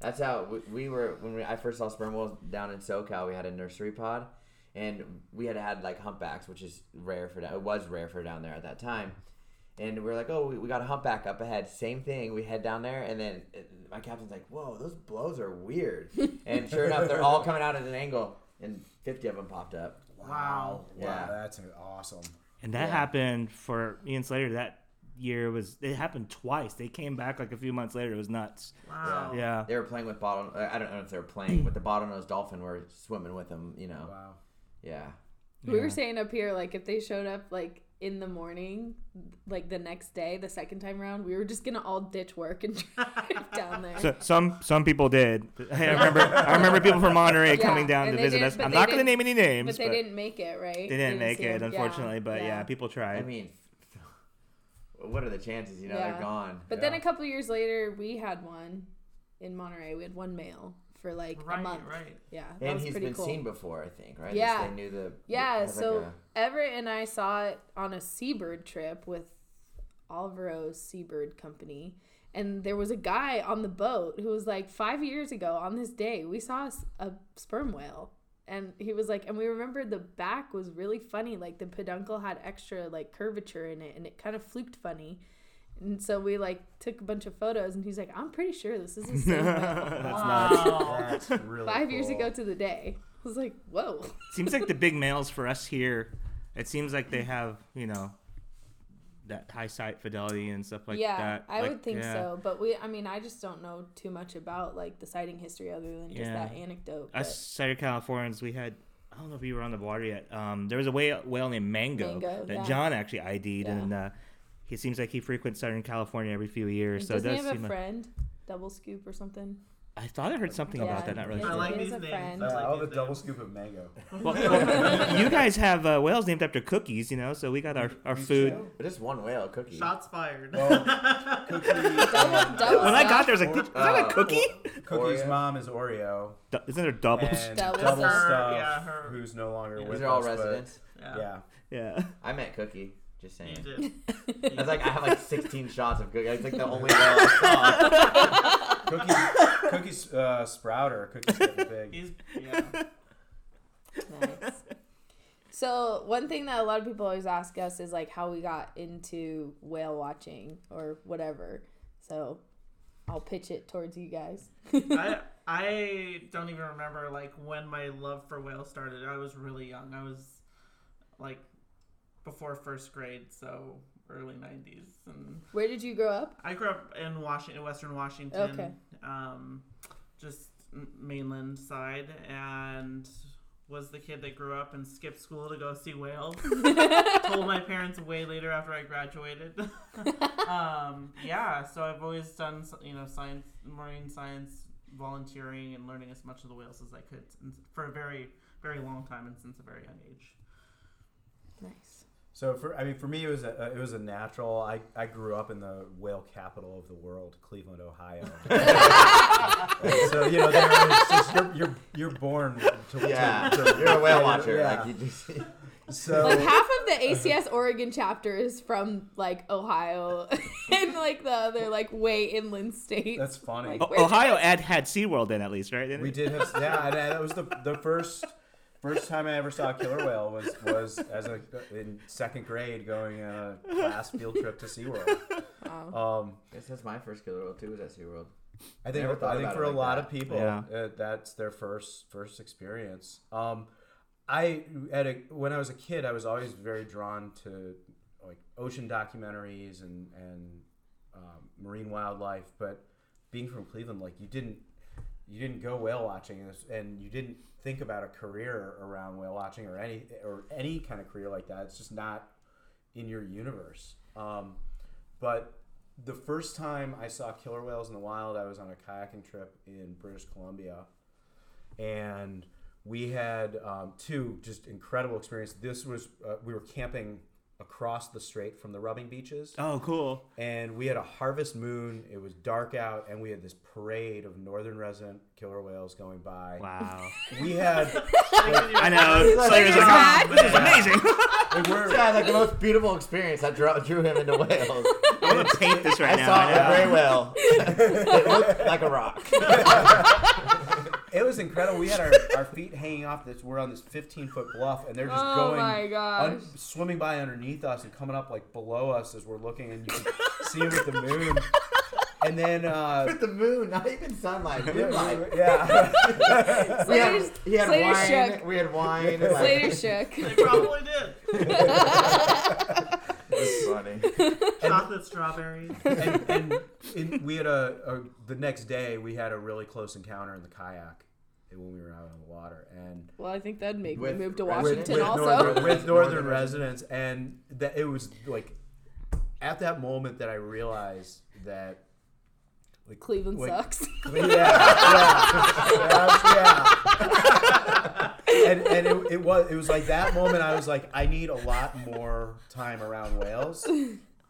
S1: That's how we, we were when we, I first saw sperm whales down in SoCal. We had a nursery pod, and we had had like humpbacks, which is rare for down. It was rare for down there at that time. And we were like, oh, we, we got a humpback up ahead. Same thing. We head down there, and then uh, my captain's like, whoa, those blows are weird. and sure enough, they're all coming out at an angle, and fifty of them popped up.
S5: Wow.
S1: Yeah.
S5: Wow, that's awesome.
S3: And that
S1: Yeah.
S3: happened for Ian Slater that year was it happened twice. They came back like a few months later. It was nuts.
S4: Wow.
S3: Yeah.
S1: They were playing with bottle. uh, I don't know if they were playing, but the bottlenose dolphin were swimming with them. You know.
S5: Wow.
S1: Yeah.
S2: We
S3: Yeah.
S2: were saying up here, like if they showed up like in the morning, like the next day, the second time around, we were just gonna all ditch work and <laughs> drive down there.
S3: So, some some people did. <laughs> I remember I remember people from Monterey
S2: Yeah,
S3: coming down
S2: and
S3: to
S2: they
S3: visit
S2: did,
S3: us.
S2: but
S3: I'm
S2: they
S3: not going to
S2: didn't-
S3: name any names,
S2: but they didn't make it, right?
S3: they didn't make
S2: see
S3: it,
S2: them. Yeah,
S3: unfortunately. But yeah. people tried.
S1: I mean, <laughs> what are the chances? You know,
S2: Yeah.
S1: they're gone.
S2: But then a couple years later, we had one in Monterey. We had one male for like
S4: Right,
S2: a month.
S4: right.
S2: Yeah, that
S1: And
S2: was
S1: he's
S2: pretty
S1: been
S2: cool.
S1: seen before, I think, right?
S2: Yeah.
S1: They knew the. it
S2: Yeah,
S1: has like
S2: so
S1: a-
S2: Everett and I saw it on a seabird trip with Alvaro's Seabird Company. And there was a guy on the boat who was like, five years ago on this day, we saw a s- a sperm whale. And he was like, and we remembered the back was really funny. Like the peduncle had extra like curvature in it and it kind of fluked funny. And so we like took a bunch of photos and he's like, I'm pretty sure this is the same whale.
S3: <laughs> That's
S4: wow.
S3: not.
S5: That's really
S2: Five years
S5: cool.
S2: ago to the day. I was like, whoa.
S3: Seems like the big males for us here. It seems like they have you know that high sight fidelity and stuff like
S2: yeah,
S3: that.
S2: I
S3: Like,
S2: would think
S3: yeah.
S2: so. But we, I mean, I just don't know too much about like the sighting history other than just
S3: Yeah.
S2: that anecdote. but
S3: Us Southern Californians, we had. I don't know if you were on the water yet. Um, there was a whale, whale named Mango,
S2: Mango,
S3: that
S2: yeah.
S3: John actually ID'd,
S2: Yeah.
S3: and uh, he seems like he frequents Southern California every few years. So it
S2: doesn't
S3: does
S2: he have
S3: seem.
S2: a
S3: Like,
S2: friend? Double scoop or something.
S3: I thought I heard something
S2: Yeah,
S3: about that. Not really.
S2: yeah.
S4: I
S3: sure.
S4: like
S2: He is
S4: these
S2: a
S4: names.
S2: friend.
S4: I
S5: I
S4: like
S5: love the
S4: these
S5: double
S4: names.
S5: scoop of mango.
S3: Well, well, <laughs> you guys have uh, whales named after cookies, you know, so we got our, our
S5: We
S3: food.
S5: do.
S1: But just one whale cookie.
S4: Shots fired.
S5: Well, cookie,
S2: Double, <laughs> double.
S3: When I got
S2: stuff.
S3: there, I was like, "Did- is that a
S1: Uh,
S3: cookie?
S5: Cookie's
S1: Oreo.
S5: mom is Oreo,
S3: Du- Isn't there doubles?
S5: and
S2: Double
S5: double,
S2: Stuff.
S5: stuff.
S4: Yeah, her-
S5: Who's no longer with
S1: These are all
S5: us, but-
S1: residents.
S4: <laughs> Yeah.
S5: yeah,
S3: Yeah.
S1: I met Cookie. Just saying.
S4: You did.
S1: I was like, I have like 16 shots of Cookie. It's like the only whale I saw.
S3: <laughs>
S5: Cookie, Cookie's uh, sprouter. Cookie's getting
S4: <laughs>
S5: big.
S4: He's, yeah.
S2: <laughs> Nice. So one thing that a lot of people always ask us is like how we got into whale watching or whatever. So I'll pitch it towards you guys. <laughs>
S4: I I don't even remember like when my love for whales started. I was really young. I was like before first grade, so early '90s, and
S2: Where did you grow up?
S4: I grew up in Washington, Western Washington,
S2: Okay.
S4: um, just m- mainland side, and was the kid that grew up and skipped school to go see whales. Told my parents way later after I graduated. um, yeah, so I've always done s- you know science, marine science, volunteering, and learning as much of the whales as I could since, for a very very long time and since a very young age.
S2: Nice.
S5: So for I mean, for me, it was a uh, it was a natural. I, I grew up in the whale capital of the world,
S3: <laughs>
S5: Cleveland, Ohio. And so you know, there is just, you're, you're you're born to
S1: Yeah.
S5: to- to-
S1: You're a whale watcher.
S5: Yeah.
S1: Like you just.
S2: like
S5: So
S2: half of
S5: <laughs>
S2: the ACS Oregon chapter is from like Ohio <laughs> and like the other like way inland states.
S5: that's funny.
S2: Like-
S3: O- Oh, Ohio ad had SeaWorld in at least, right? Didn't
S5: We
S3: it? <laughs>
S5: did have yeah. and uh, That was the the first first time I ever saw a killer whale was was as a in second grade going on a class field trip to SeaWorld.
S2: Wow.
S5: Um,
S1: This is my first killer whale too. Was at SeaWorld.
S5: I think
S1: Never
S5: I
S1: thought
S5: think
S1: about
S5: for
S1: it
S5: a
S1: like
S5: lot
S1: that.
S5: of people,
S3: Yeah.
S5: uh, that's their first first experience. Um, I at a, when I was a kid, I was always very drawn to like ocean documentaries and and um, marine wildlife. But being from Cleveland, like you didn't you didn't go whale watching, and, it's- and you didn't think about a career around whale watching or any or any kind of career like that. It's just not in your universe. Um, but the first time I saw killer whales in the wild, I was on a kayaking trip in British Columbia, and we had um, two just incredible experiences. This was uh, we were camping across the strait from the rubbing beaches,
S3: Oh, cool.
S5: and we had a harvest moon. It was dark out, and we had this parade of northern resident killer whales going by.
S3: <laughs> Wow.
S5: We had
S3: I know. Slayer's like, "Ah, this is amazing.
S2: <laughs>
S1: <laughs>
S5: we were-
S1: Yeah, like the most beautiful experience. I drew, drew him into whales.
S3: I'm going to paint this right
S1: I
S3: now.
S1: saw
S3: I know.
S1: a gray whale. it looked like a rock.
S5: It was incredible. We had our, our feet hanging off this. We're on this 15 foot bluff, and they're just
S2: Oh
S5: going,
S2: my gosh.
S5: <laughs> swimming by underneath us and coming up like below us as we're looking, and <laughs> you can see them at the moon. And then, uh,
S1: With the moon, not even <laughs> sunlight. Moonlight.
S5: yeah, yeah.
S1: We had,
S2: Slater's,
S1: he had
S2: Slater
S1: wine.
S2: shook.
S1: We had wine.
S2: Slater
S1: Like,
S2: shook.
S4: They probably did.
S1: That's funny.
S4: Chocolate strawberries.
S5: <laughs> and, and in, we had a, a the next day we had a really close encounter in the kayak when we were out on the water, and
S2: Well, I think that'd make
S1: With-
S2: me move to
S1: with-
S2: Washington
S5: with
S2: also.
S5: northern, with northern
S1: Northern
S5: residents, and that it was like at that moment that I realized that like
S2: Cleveland
S5: like-
S2: sucks. <laughs>
S5: yeah, yeah, yeah, yeah. and and it, it was it was like that moment I was like I need a lot more time around Wales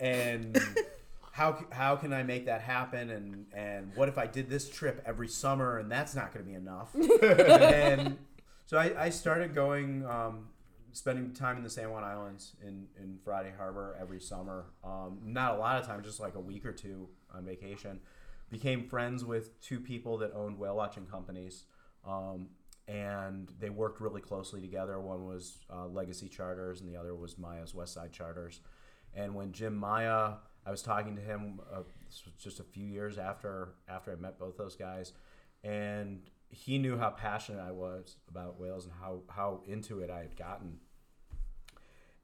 S5: and how c- how can I make that happen? And and what if I did this trip every summer? And that's not going to be enough. and so I, I started going, um, spending time in the San Juan Islands in in Friday Harbor every summer. Um, not a lot of time, just like a week or two on vacation. Became friends with two people that owned whale watching companies. Um, and they worked really closely together. One was uh, Legacy Charters, and the other was Maya's Westside Charters. And when Jim Maya, I was talking to him uh, this was just a few years after after I met both those guys, and he knew how passionate I was about whales and how how into it I had gotten.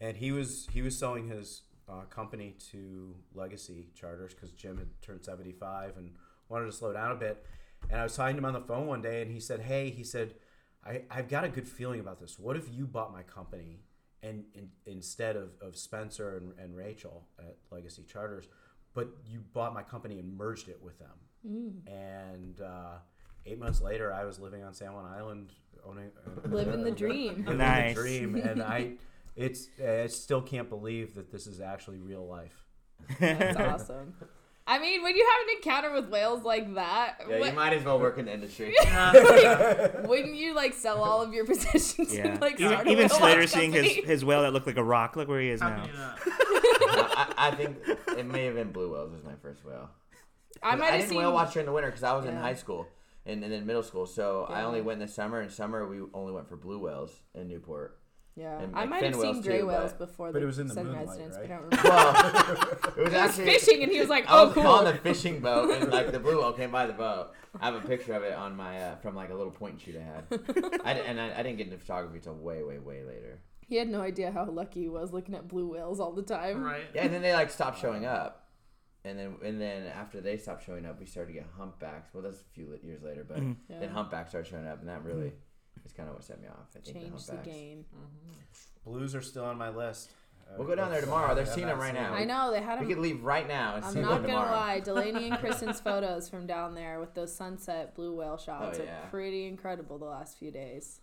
S5: And he was he was selling his uh, company to Legacy Charters because Jim had turned seventy five and wanted to slow down a bit. And I was talking to him on the phone one day, and he said, "Hey," he said, I, "I've got a good feeling about this. What if you bought my company and, and instead of, of Spencer and, and Rachel at Legacy Charters, but you bought my company and merged it with them.
S2: Mm.
S5: And uh, eight months later, I was living on San Juan Island, owning uh,
S2: Living the dream.
S5: <laughs> living
S3: Nice.
S5: the dream, and I, it's I still can't believe that this is actually real life.
S3: <laughs>
S5: <laughs>
S2: That's awesome. I mean, when you have an encounter with whales like that,
S1: Yeah,
S2: what-
S1: you might as well work in the
S2: <laughs>
S1: industry.
S2: wouldn't you like sell all of your <laughs> possessions
S3: Yeah.
S2: and like start
S3: even
S2: a <laughs>
S3: even
S2: whale
S3: Slater
S2: watch
S3: seeing his,
S2: company?
S3: his whale that looked like a rock. Look where he is
S4: How
S3: now.
S4: can you not?
S1: I, I I think it may have been blue whales was my first whale.
S2: <laughs> I might
S1: I
S2: have
S1: didn't
S2: seen.
S1: whale watch during the winter because I was in
S2: Yeah.
S1: high school and, and then middle school. So I
S2: Yeah.
S1: only went in the summer. And summer we only went for blue whales in
S2: <laughs>
S1: Newport.
S2: yeah,
S1: and,
S2: I
S1: like,
S2: might
S1: fin
S2: have seen
S1: whales
S2: gray
S1: too,
S2: whales
S1: but-
S2: before
S5: But
S2: the
S5: it was in the
S2: Sun
S5: moonlight,
S2: Residence,
S5: right?
S2: but I don't remember.
S1: Well,
S2: <laughs>
S1: <laughs> it <laughs> was
S2: I was
S1: actually
S2: fishing, and he was like,
S1: I
S2: "Oh,
S1: was
S2: cool."
S1: on the fishing boat, and like the blue whale came by the boat. I have a picture of it on my uh, from like a little point and shoot I
S2: <laughs>
S1: had, I, di- and I, I didn't get into photography till way, way, way later.
S2: He had no idea how lucky he was looking at blue whales all the time.
S4: Right?
S1: Yeah, and then they like stopped showing up, and then and then after they stopped showing up, we started to get humpbacks. Well, that's a few li- years later, but
S4: Mm-hmm.
S2: Yeah.
S1: then humpbacks started showing up, and that really is kind of what set me off. I think
S2: Change the
S1: humpbacks.
S2: game.
S5: Blues are still on my list.
S1: We'll go down there tomorrow. They're seeing them right now.
S2: I know they had
S1: We
S2: him.
S1: could leave right now and see
S2: I'm
S1: them
S2: not gonna
S1: tomorrow.
S2: lie,
S1: <laughs>
S2: Delaney and Kristen's photos from down there with those sunset blue whale shots
S1: Oh, yeah.
S2: are pretty incredible the last few days.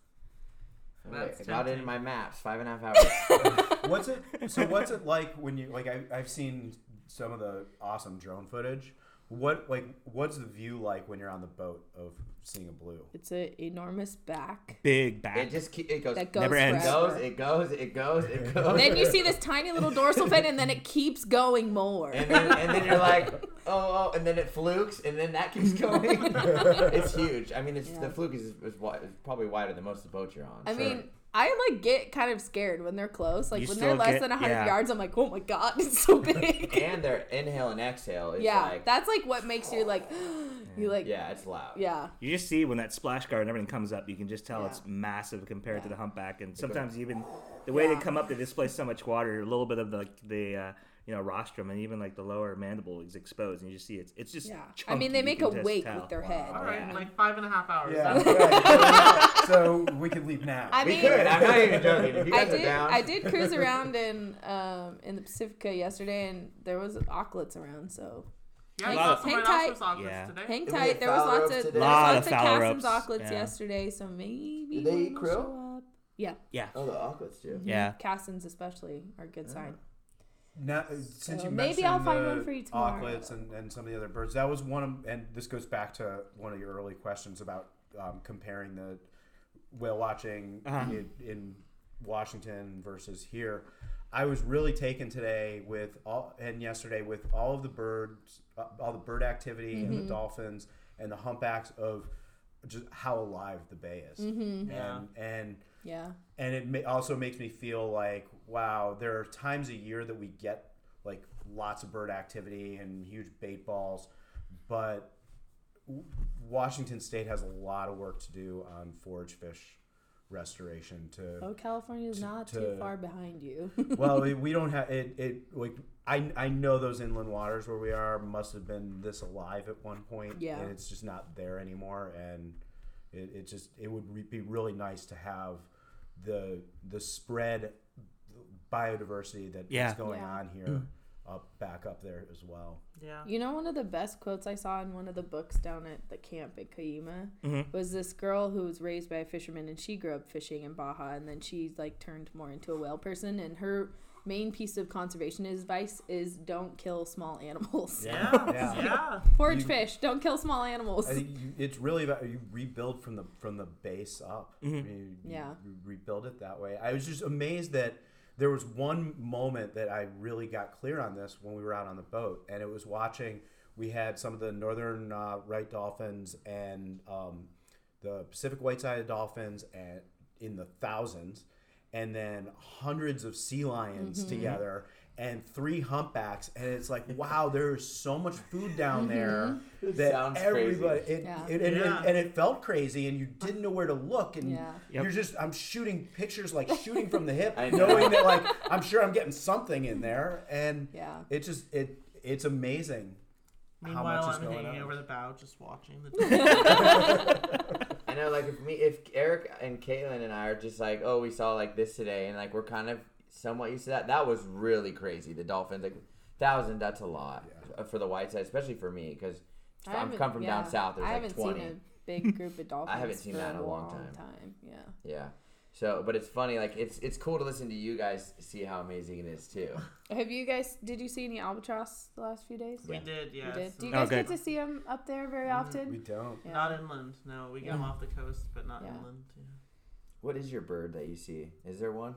S1: Wait,
S4: That's
S1: I got it in
S4: tempting.
S1: my maps. Five and
S4: <laughs>
S1: a half hours.
S2: <laughs>
S5: what's it so what's it like when you like I, i've seen some of the awesome drone footage what like what's the view like when you're on the boat of seeing a blue
S2: It's an enormous back
S3: Big back.
S1: it just keep, it goes.
S2: that goes
S3: Never ends.
S2: forever.
S1: goes, it goes, it goes,
S4: <laughs>
S1: it goes.
S2: then you see this tiny little dorsal fin, and then it keeps going more.
S1: and then, and
S2: <laughs>
S1: then you're like, oh, oh, and then it flukes, and then that keeps going.
S4: <laughs>
S1: it's huge. I mean, it's
S2: Yeah.
S1: the fluke is, is, wi- is probably wider than most of the boats you're on.
S2: I
S1: Sure.
S2: mean, I like get kind of scared when they're close. Like
S3: You
S2: when they're
S3: still
S2: less
S3: get-
S2: than than hundred
S3: yeah.
S2: yards, I'm like, oh my god, <laughs> it's
S1: <laughs>
S2: so big.
S1: and their inhale and exhale is
S2: yeah,
S1: like,
S2: that's like what makes you like, <gasps> you like, yeah,
S1: yeah, it's loud.
S3: You just see when that splash guard and everything comes up, you can just tell
S2: Yeah.
S3: it's massive compared to
S2: Yeah.
S3: the humpback. And sometimes even the way
S2: Yeah.
S3: they come up, they displace so much water. A little bit of the the uh, you know rostrum and even like the lower mandible is exposed, and you just see it's it's just.
S2: yeah. I
S3: chunky,
S2: mean, they
S3: you
S2: make
S3: can
S2: a
S3: just
S2: wake
S3: tell.
S2: with their head.
S4: All right,
S1: Yeah.
S4: like five and a half hours. That's-
S2: <laughs>
S5: yeah so we can leave now
S2: I
S1: We
S2: mean,
S1: could. I'm not even joking. If you
S2: I
S1: guys are
S2: did.
S1: down,
S2: I
S1: <laughs>
S2: did cruise around in um in the Pacifica yesterday, and there was auklets around. So
S4: Yeah, you
S3: Wow.
S4: saw some
S2: Hang
S4: rhinoceros
S2: tight.
S4: on this
S3: Yeah.
S4: today.
S2: hang
S1: Did we
S2: tight.
S1: get
S2: There was
S1: foul
S2: lots
S1: ropes
S2: of
S1: today?
S2: there was
S3: Lot
S2: lots
S3: of
S2: of
S3: foul
S2: Cassim's
S3: ropes,
S2: auklets
S3: yeah.
S2: yesterday. So maybe
S1: Did they
S2: one
S1: eat
S2: will
S1: krill?
S2: show up. Yeah,
S3: Yeah.
S1: oh, the aquas too.
S3: Yeah.
S2: Cassim's especially are a good sign.
S5: now uh, since
S2: So
S5: you
S2: maybe
S5: mentioned
S2: I'll find
S5: the
S2: one for you tomorrow.
S5: auklets and, and some of the other birds that was one of and this goes back to one of your early questions about um, comparing the whale watching
S3: Uh-huh.
S5: in, in washington versus here i was really taken today with all and yesterday with all of the birds uh, all the bird activity
S2: Mm-hmm.
S5: and the dolphins and the humpbacks of just how alive the bay is
S2: Mm-hmm.
S4: Yeah.
S5: and and
S2: Yeah.
S5: and it ma- also makes me feel like wow there are times a year that we get like lots of bird activity and huge bait balls but W- washington state has a lot of work to do on forage fish restoration to
S2: Oh, California's not too
S5: to-
S2: far behind you. <laughs>
S5: well we- we don't have it, it like I, I know those inland waters where we are must have been this alive at one point
S2: Yeah.
S5: and it's just not there anymore and it, it just it would re- be really nice to have the the spread biodiversity that is
S3: Yeah.
S5: going
S2: Yeah.
S5: on here up back up there as well
S4: Yeah.
S2: you know, one of the best quotes I saw in one of the books down at the camp at Cayuma
S5: Mm-hmm.
S2: was this girl who was raised by a fisherman and she grew up fishing in Baja and then she like turned more into a whale person and her main piece of conservation advice is don't kill small <laughs> animals.
S4: Yeah.
S5: Yeah.
S4: Yeah.
S2: Forage
S5: You-
S2: fish, don't kill small animals.
S5: I think you, it's really about you rebuild from the from the base up. You- you-
S2: Yeah.
S5: you rebuild it that way. I was just amazed that there was one moment that I really got clear on this when we were out on the boat, and it was watching. We had some of the northern uh, right dolphins and um, the Pacific white-sided dolphins, and in the thousands, and then hundreds of sea lions together. And three humpbacks, and it's like, wow, there's so much food down there
S1: It
S5: that
S1: sounds crazy.
S5: everybody, it,
S2: Yeah.
S5: it, and,
S4: Yeah.
S5: and, and it felt crazy and you didn't know where to look and
S2: Yeah.
S3: Yep.
S5: you're just i'm shooting pictures like shooting from the hip
S1: <laughs> I know.
S5: knowing that like i'm sure i'm getting something in there and
S2: <laughs>
S5: <laughs>
S2: Yeah.
S5: it just it it's amazing much
S4: Meanwhile,
S5: is
S4: I'm
S5: going
S4: hanging
S5: on?
S4: over the bow, just watching
S2: <laughs>
S4: the. <laughs>
S1: I know, like if me, if Eric and Caitlin and I are just like, oh, we saw like this today, and like we're kind of somewhat used to that. That was really crazy. The dolphins, like thousand, that's a lot Uh, for the white side, especially for me because
S2: I
S1: I'm
S2: haven't-
S1: come from
S2: yeah.
S1: down south. There's
S2: I
S1: like
S2: haven't
S1: twenty.
S2: seen a
S5: <laughs>
S2: big group of dolphins.
S1: haven't seen
S2: for
S1: that in a long time.
S2: Yeah.
S1: Yeah. So, but it's funny. Like it's it's cool to listen to you guys see how amazing it is <laughs> too.
S2: Have you guys? Did you see any albatross the last few days?
S4: we
S1: Yeah.
S4: did,
S2: You
S4: yes. Mm-hmm.
S2: did. Do you
S3: Oh,
S2: guys
S3: good.
S2: get to see them up there very
S5: we
S2: often?
S5: don't
S2: Yeah.
S4: Not inland. No, we get them off the coast, but not
S2: Yeah.
S4: inland. Yeah.
S1: What is your bird that you see? Is there one?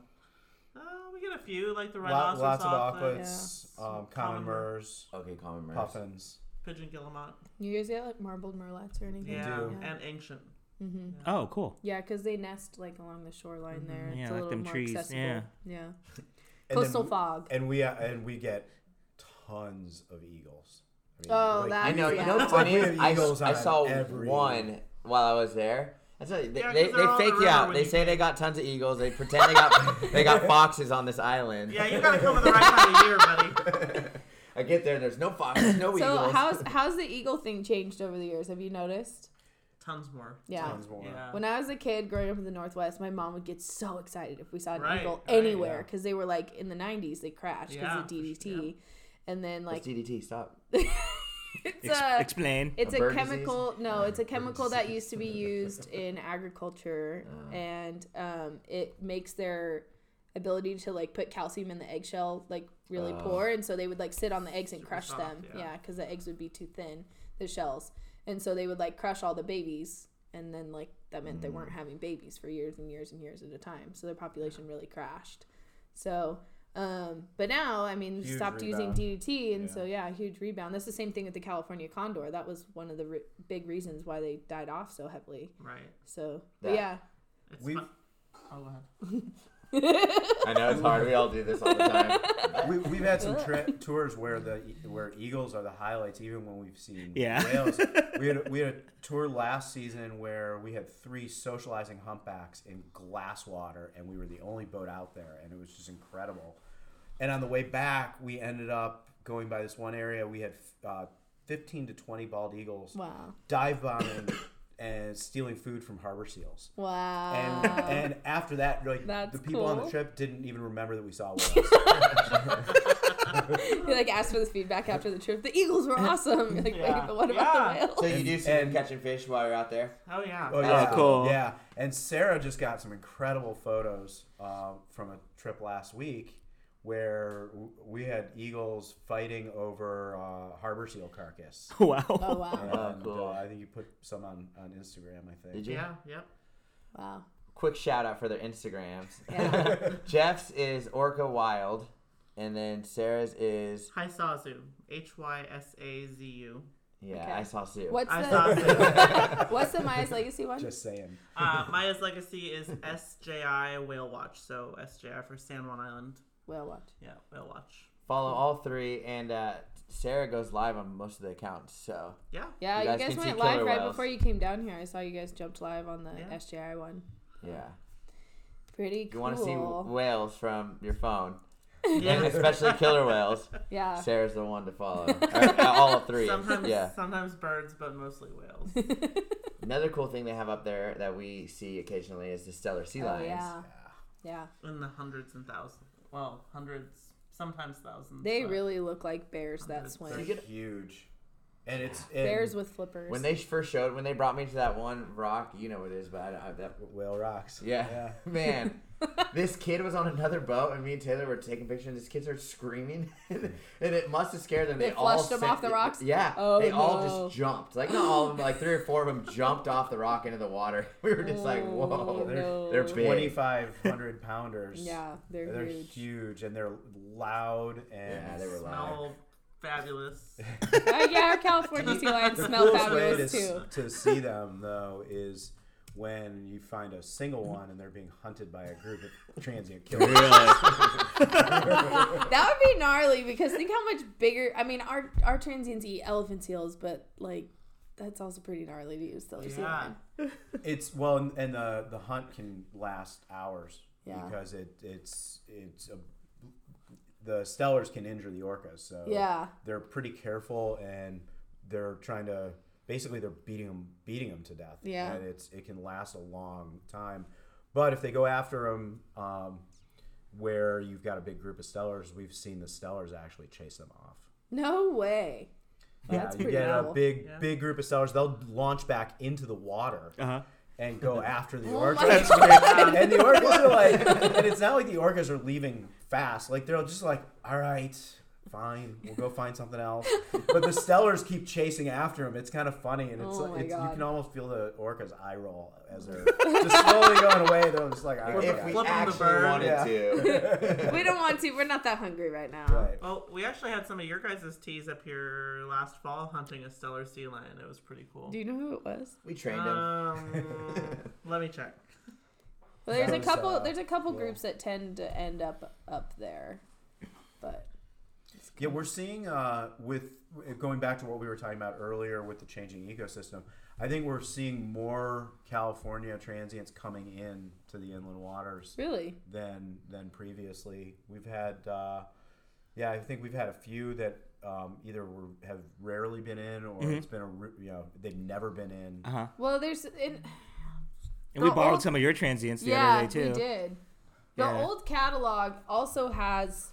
S4: Uh, we get a few, like the
S5: Lot,
S4: rhinoceros,
S5: lots of
S4: off the-
S5: auklets
S2: Yeah.
S5: um, common
S4: Common mer-
S5: murs
S1: Okay, common merce.
S5: puffins
S4: pigeon guillemot.
S2: you guys get like marbled merlets or anything?
S4: Yeah,
S5: do.
S4: and ancient.
S5: <laughs>
S2: Mm-hmm.
S3: Oh, cool.
S2: Yeah, because they nest like along the shoreline there.
S3: Mm-hmm. Yeah,
S2: It's a
S3: like
S2: little
S3: them
S2: more
S3: trees,
S2: accessible.
S3: yeah.
S2: yeah.
S5: And then
S2: Coastal
S3: <laughs>
S5: we-
S2: fog.
S5: and we uh, and we get tons of eagles I mean,
S2: Oh,
S5: like,
S2: that-
S1: I know. You
S2: Yeah.
S1: know what's funny?
S5: We have
S1: I,
S5: eagles
S1: I
S5: on
S1: saw
S5: every-
S1: one while I was there. That's what, they,
S4: Yeah, 'cause
S1: they,
S4: they're
S1: they
S4: all
S1: fake
S4: around
S1: you out.
S4: when
S1: They
S4: you-
S1: say they got tons of eagles. They pretend they got <laughs> they got foxes on this island.
S4: Yeah, you gotta come at the right time of year,
S5: <laughs>
S4: buddy.
S1: I get there. There's no foxes, no
S2: so
S1: eagles.
S2: how's how's the eagle thing changed over the years? Have you noticed?
S4: Tons more.
S2: Yeah.
S5: tons more.
S4: Yeah.
S2: When I was a kid growing up in the Northwest, my mom would get so excited if we saw an
S4: Right,
S2: eagle
S4: right,
S2: anywhere
S5: yeah.
S2: because they were like in the 90s, they crashed because
S4: Yeah,
S2: of
S4: for
S2: DDT.
S4: sure, yeah.
S2: And then, like,
S1: What's DDT? Stop.
S2: it's uh,
S3: Ex-
S2: a,
S3: explain.
S2: it's
S1: A
S2: a,
S1: bird
S2: chemical. No, it's a chemical that used to be used in agriculture, and um, it makes their ability to like put calcium in the eggshell like really
S1: Ah.
S2: poor, and so they would like sit on the eggs and
S4: Super
S2: crush
S4: soft,
S2: them.
S4: yeah.
S2: Yeah, because the eggs would be too thin, the shells, and so they would like crush all the babies, and then like that meant they weren't having babies for years and years and years at a time. So their population really crashed. So. Um, but now, I mean,
S5: Huge
S2: stopped using
S5: rebound.
S2: DDT, and
S5: Yeah.
S2: so yeah, huge rebound. That's the same thing with the California condor. That was one of the re- big reasons why they died off so heavily.
S4: Right.
S2: So
S1: That-
S2: but yeah,
S4: It's
S5: We've-
S4: fun- Oh, go ahead.
S1: I know it's hard. We all do this all the <laughs> time.
S5: we, we've had some
S2: <laughs>
S5: tra- tours where the where eagles are the highlights, even when we've seen
S3: Yeah.
S5: whales. We had a, we had a tour last season where we had three socializing humpbacks in glass water, and we were the only boat out there, and it was just incredible. And on the way back, we ended up going by this one area. We had uh, fifteen to twenty bald eagles
S2: wow,
S5: dive bombing <coughs> and stealing food from harbor seals.
S2: wow.
S5: And, and after that, like
S2: Ah. That's
S5: the people on the
S2: cool.
S5: trip didn't even remember that we saw whales.
S2: <laughs> <laughs> you like asked for this feedback after the trip. The eagles were awesome. You're like, wait,
S4: Yeah.
S2: but what about the
S4: Yeah.
S2: whales?
S1: So you do see
S5: and-
S1: them catching fish while you're out there?
S4: Oh, yeah.
S5: Oh,
S1: That's
S5: yeah.
S3: cool.
S5: Yeah. And Sarah just got some incredible photos uh, from a trip last week where w- we had eagles fighting over uh, harbor seal carcass.
S2: <gasps> Oh
S3: <laughs> Wow.
S5: And,
S2: wow,
S1: Oh, cool.
S5: uh, I think you put some on, on Instagram, I think.
S1: Did you?
S4: Yeah, yep.
S2: wow.
S1: Quick shout out for their Instagrams.
S2: <laughs> Yeah.
S1: <laughs> Jeff's is Orca Wild, and then Sarah's is
S4: Hi, Sazu. H Y S A Z U.
S1: yeah.
S2: Okay.
S1: I saw Sue.
S2: What's
S4: I
S2: the <laughs>
S4: Sazu.
S2: what's the Maya's legacy one?
S5: Just saying.
S1: <laughs>
S2: Ah,
S4: uh, Maya's legacy is SJI Whale Watch. So SJI for San Juan Island.
S2: Whale watch.
S4: Yeah, Whale Watch.
S1: Follow all three, and uh, Sarah goes live on most of the accounts. So
S4: Yeah.
S2: Yeah,
S1: You
S2: you
S1: guys
S2: guys,
S1: can see
S2: went live
S1: killer
S2: right
S1: whales.
S2: before you came down here. I saw you guys jumped live on the
S4: Yeah.
S2: SJI one.
S1: yeah,
S2: Pretty
S1: if you
S2: cool.
S1: want to see whales from your
S2: <laughs>
S1: phone, <laughs> and
S4: Yeah.
S1: especially killer whales,
S2: yeah.
S1: <laughs> Sarah's the one to follow.
S2: <laughs>
S1: Or, uh, all three.
S4: Sometimes,
S1: Yeah.
S4: sometimes birds, but mostly whales.
S1: Another cool thing they have up there that we see occasionally is the stellar sea
S2: <laughs> Oh,
S1: lions.
S2: yeah.
S5: Yeah.
S2: Yeah.
S4: In the hundreds and thousands. Well, hundreds, sometimes thousands.
S2: They
S4: but-
S2: really look like bears that
S4: That's
S2: swim.
S5: They're
S1: You get-
S5: huge. And it's and
S2: Bears with flippers.
S1: When they first showed, when they brought me to that one rock, you know what it is, but I, I, that
S5: <laughs> whale rocks.
S1: Yeah. <laughs> Man, this kid was on another boat, and me and Taylor were taking pictures. And this kid started screaming, <laughs> and it must have scared them.
S2: They
S1: They, all
S2: flushed him
S1: sent-
S2: off the rocks?
S1: Yeah,
S2: Oh,
S1: they all
S2: no.
S1: just jumped. Like not all of them, but like three or four of them jumped off the rock into the water. <laughs> We were just like,
S2: Oh,
S1: whoa,
S5: They're-
S2: no.
S1: they're big.
S5: Twenty five hundred pounders.
S2: Yeah, they're,
S5: They're
S2: huge.
S5: huge. and they're loud and
S1: Yeah, they were loud.
S4: Smell
S1: <laughs>
S4: fabulous.
S2: Uh, yeah, our California sea lions
S5: <laughs> The
S2: smell
S5: coolest way to,
S2: fabulous
S5: s-
S2: too.
S5: to see them though is when you find a single one and they're being hunted by a group of
S3: <laughs>
S5: transient killers.
S3: Uh-huh.
S2: That would be gnarly because think how much bigger. I mean, our our transients eat elephant seals, but like that's also pretty gnarly to use Still, sea
S4: Yeah.
S2: lion.
S5: it's well, and, and uh, the the hunt can last hours
S2: Yeah.
S5: because it it's it's a, the stellars can injure the orcas, so
S2: Yeah.
S5: they're pretty careful and they're trying to basically they're beating them beating them to death.
S2: Yeah.
S5: and it's it can last a long time, but if they go after them. Um, where you've got a big group of stellars, we've seen the stellars actually chase them off.
S2: No way. Oh, That's
S5: you
S2: pretty
S5: get
S2: cool.
S5: a big,
S4: Yeah.
S5: big group of sellers. They'll launch back into the water
S3: Uh huh.
S5: and go after the
S2: Oh my
S5: orcas. <laughs>
S4: God.
S5: and the orcas are like,
S2: <laughs>
S5: and it's not like the orcas are leaving fast. Like they're just like, all right, fine, we'll go find something else. But the stellars keep chasing after him. It's kind of funny, and it's,
S2: Oh my
S5: like it's you
S2: God.
S5: can almost feel the orcas eye roll
S2: <laughs>
S5: as they're just slowly going away. They're just like, all
S1: If
S5: right,
S1: we
S4: Flip 'em the
S1: actually
S4: bird.
S1: wanted
S5: Yeah.
S1: to,
S2: <laughs> We don't want to. We're not that hungry right now.
S5: right.
S4: Well, we actually had some of your guys' teas up here last fall hunting a stellar sea lion. It was pretty cool.
S2: Do you know who it was?
S1: <laughs> we trained them.
S4: Um, let me check.
S2: Well, there's
S5: That
S2: a
S5: was,
S2: couple.
S5: uh,
S2: there's a couple
S5: yeah.
S2: groups that tend to end up up there, but
S5: Yeah, we're seeing uh, with going back to what we were talking about earlier with the changing ecosystem. I think we're seeing more California transients coming in to the inland waters
S2: really,
S5: than than previously. We've had, uh, yeah, I think we've had a few that um, either were, have rarely been in, or it's been a re- you know they've never been in.
S3: Uh huh.
S2: well, there's in,
S3: And we
S2: The
S3: borrowed
S2: old-
S3: some of your transients the
S2: yeah,
S3: other day too.
S2: we did. The
S3: Yeah.
S2: old catalog also has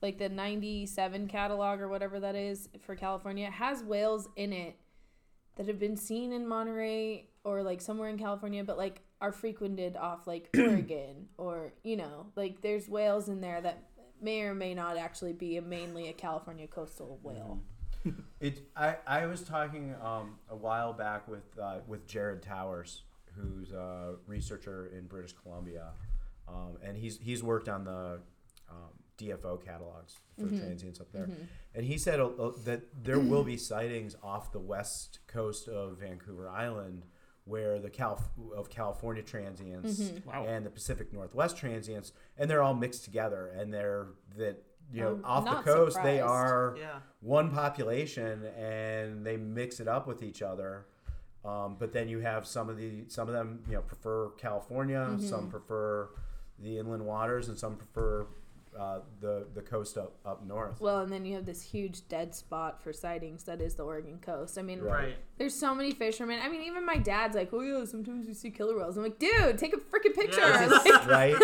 S2: like the 97 catalog or whatever that is for California has whales in it that have been seen in Monterey or like somewhere in California but like are frequented off
S5: <clears throat>
S2: like Oregon or you know like there's whales in there that may or may not actually be a, mainly a California coastal whale.
S5: It. I, I was talking um, a while back with uh, with Jared Towers, who's a researcher in British Columbia, um, and he's he's worked on the um, DFO catalogs for
S2: Mm-hmm.
S5: transients up there, and he said uh, uh, that there will
S2: <clears throat>
S5: be sightings off the west coast of Vancouver Island. Where the Calif- of California transients
S2: Mm-hmm.
S3: Wow.
S5: and the Pacific Northwest transients, and they're all mixed together, and they're that you know
S2: I'm
S5: off the
S2: not
S5: coast they
S2: surprised.
S5: are are
S4: Yeah.
S5: one population and they mix it up with each other. Um, but then you have some of the some of them you know prefer California, some prefer the inland waters, and some prefer uh, the the coast up up north.
S2: Well, and then you have this huge dead spot for sightings that is the Oregon coast. I mean,
S4: Right.
S2: There's so many fishermen. I mean, even my dad's like, oh yeah, sometimes we see killer whales. I'm like, dude, take a freaking picture.
S4: Yeah.
S2: Like,
S5: <laughs> right?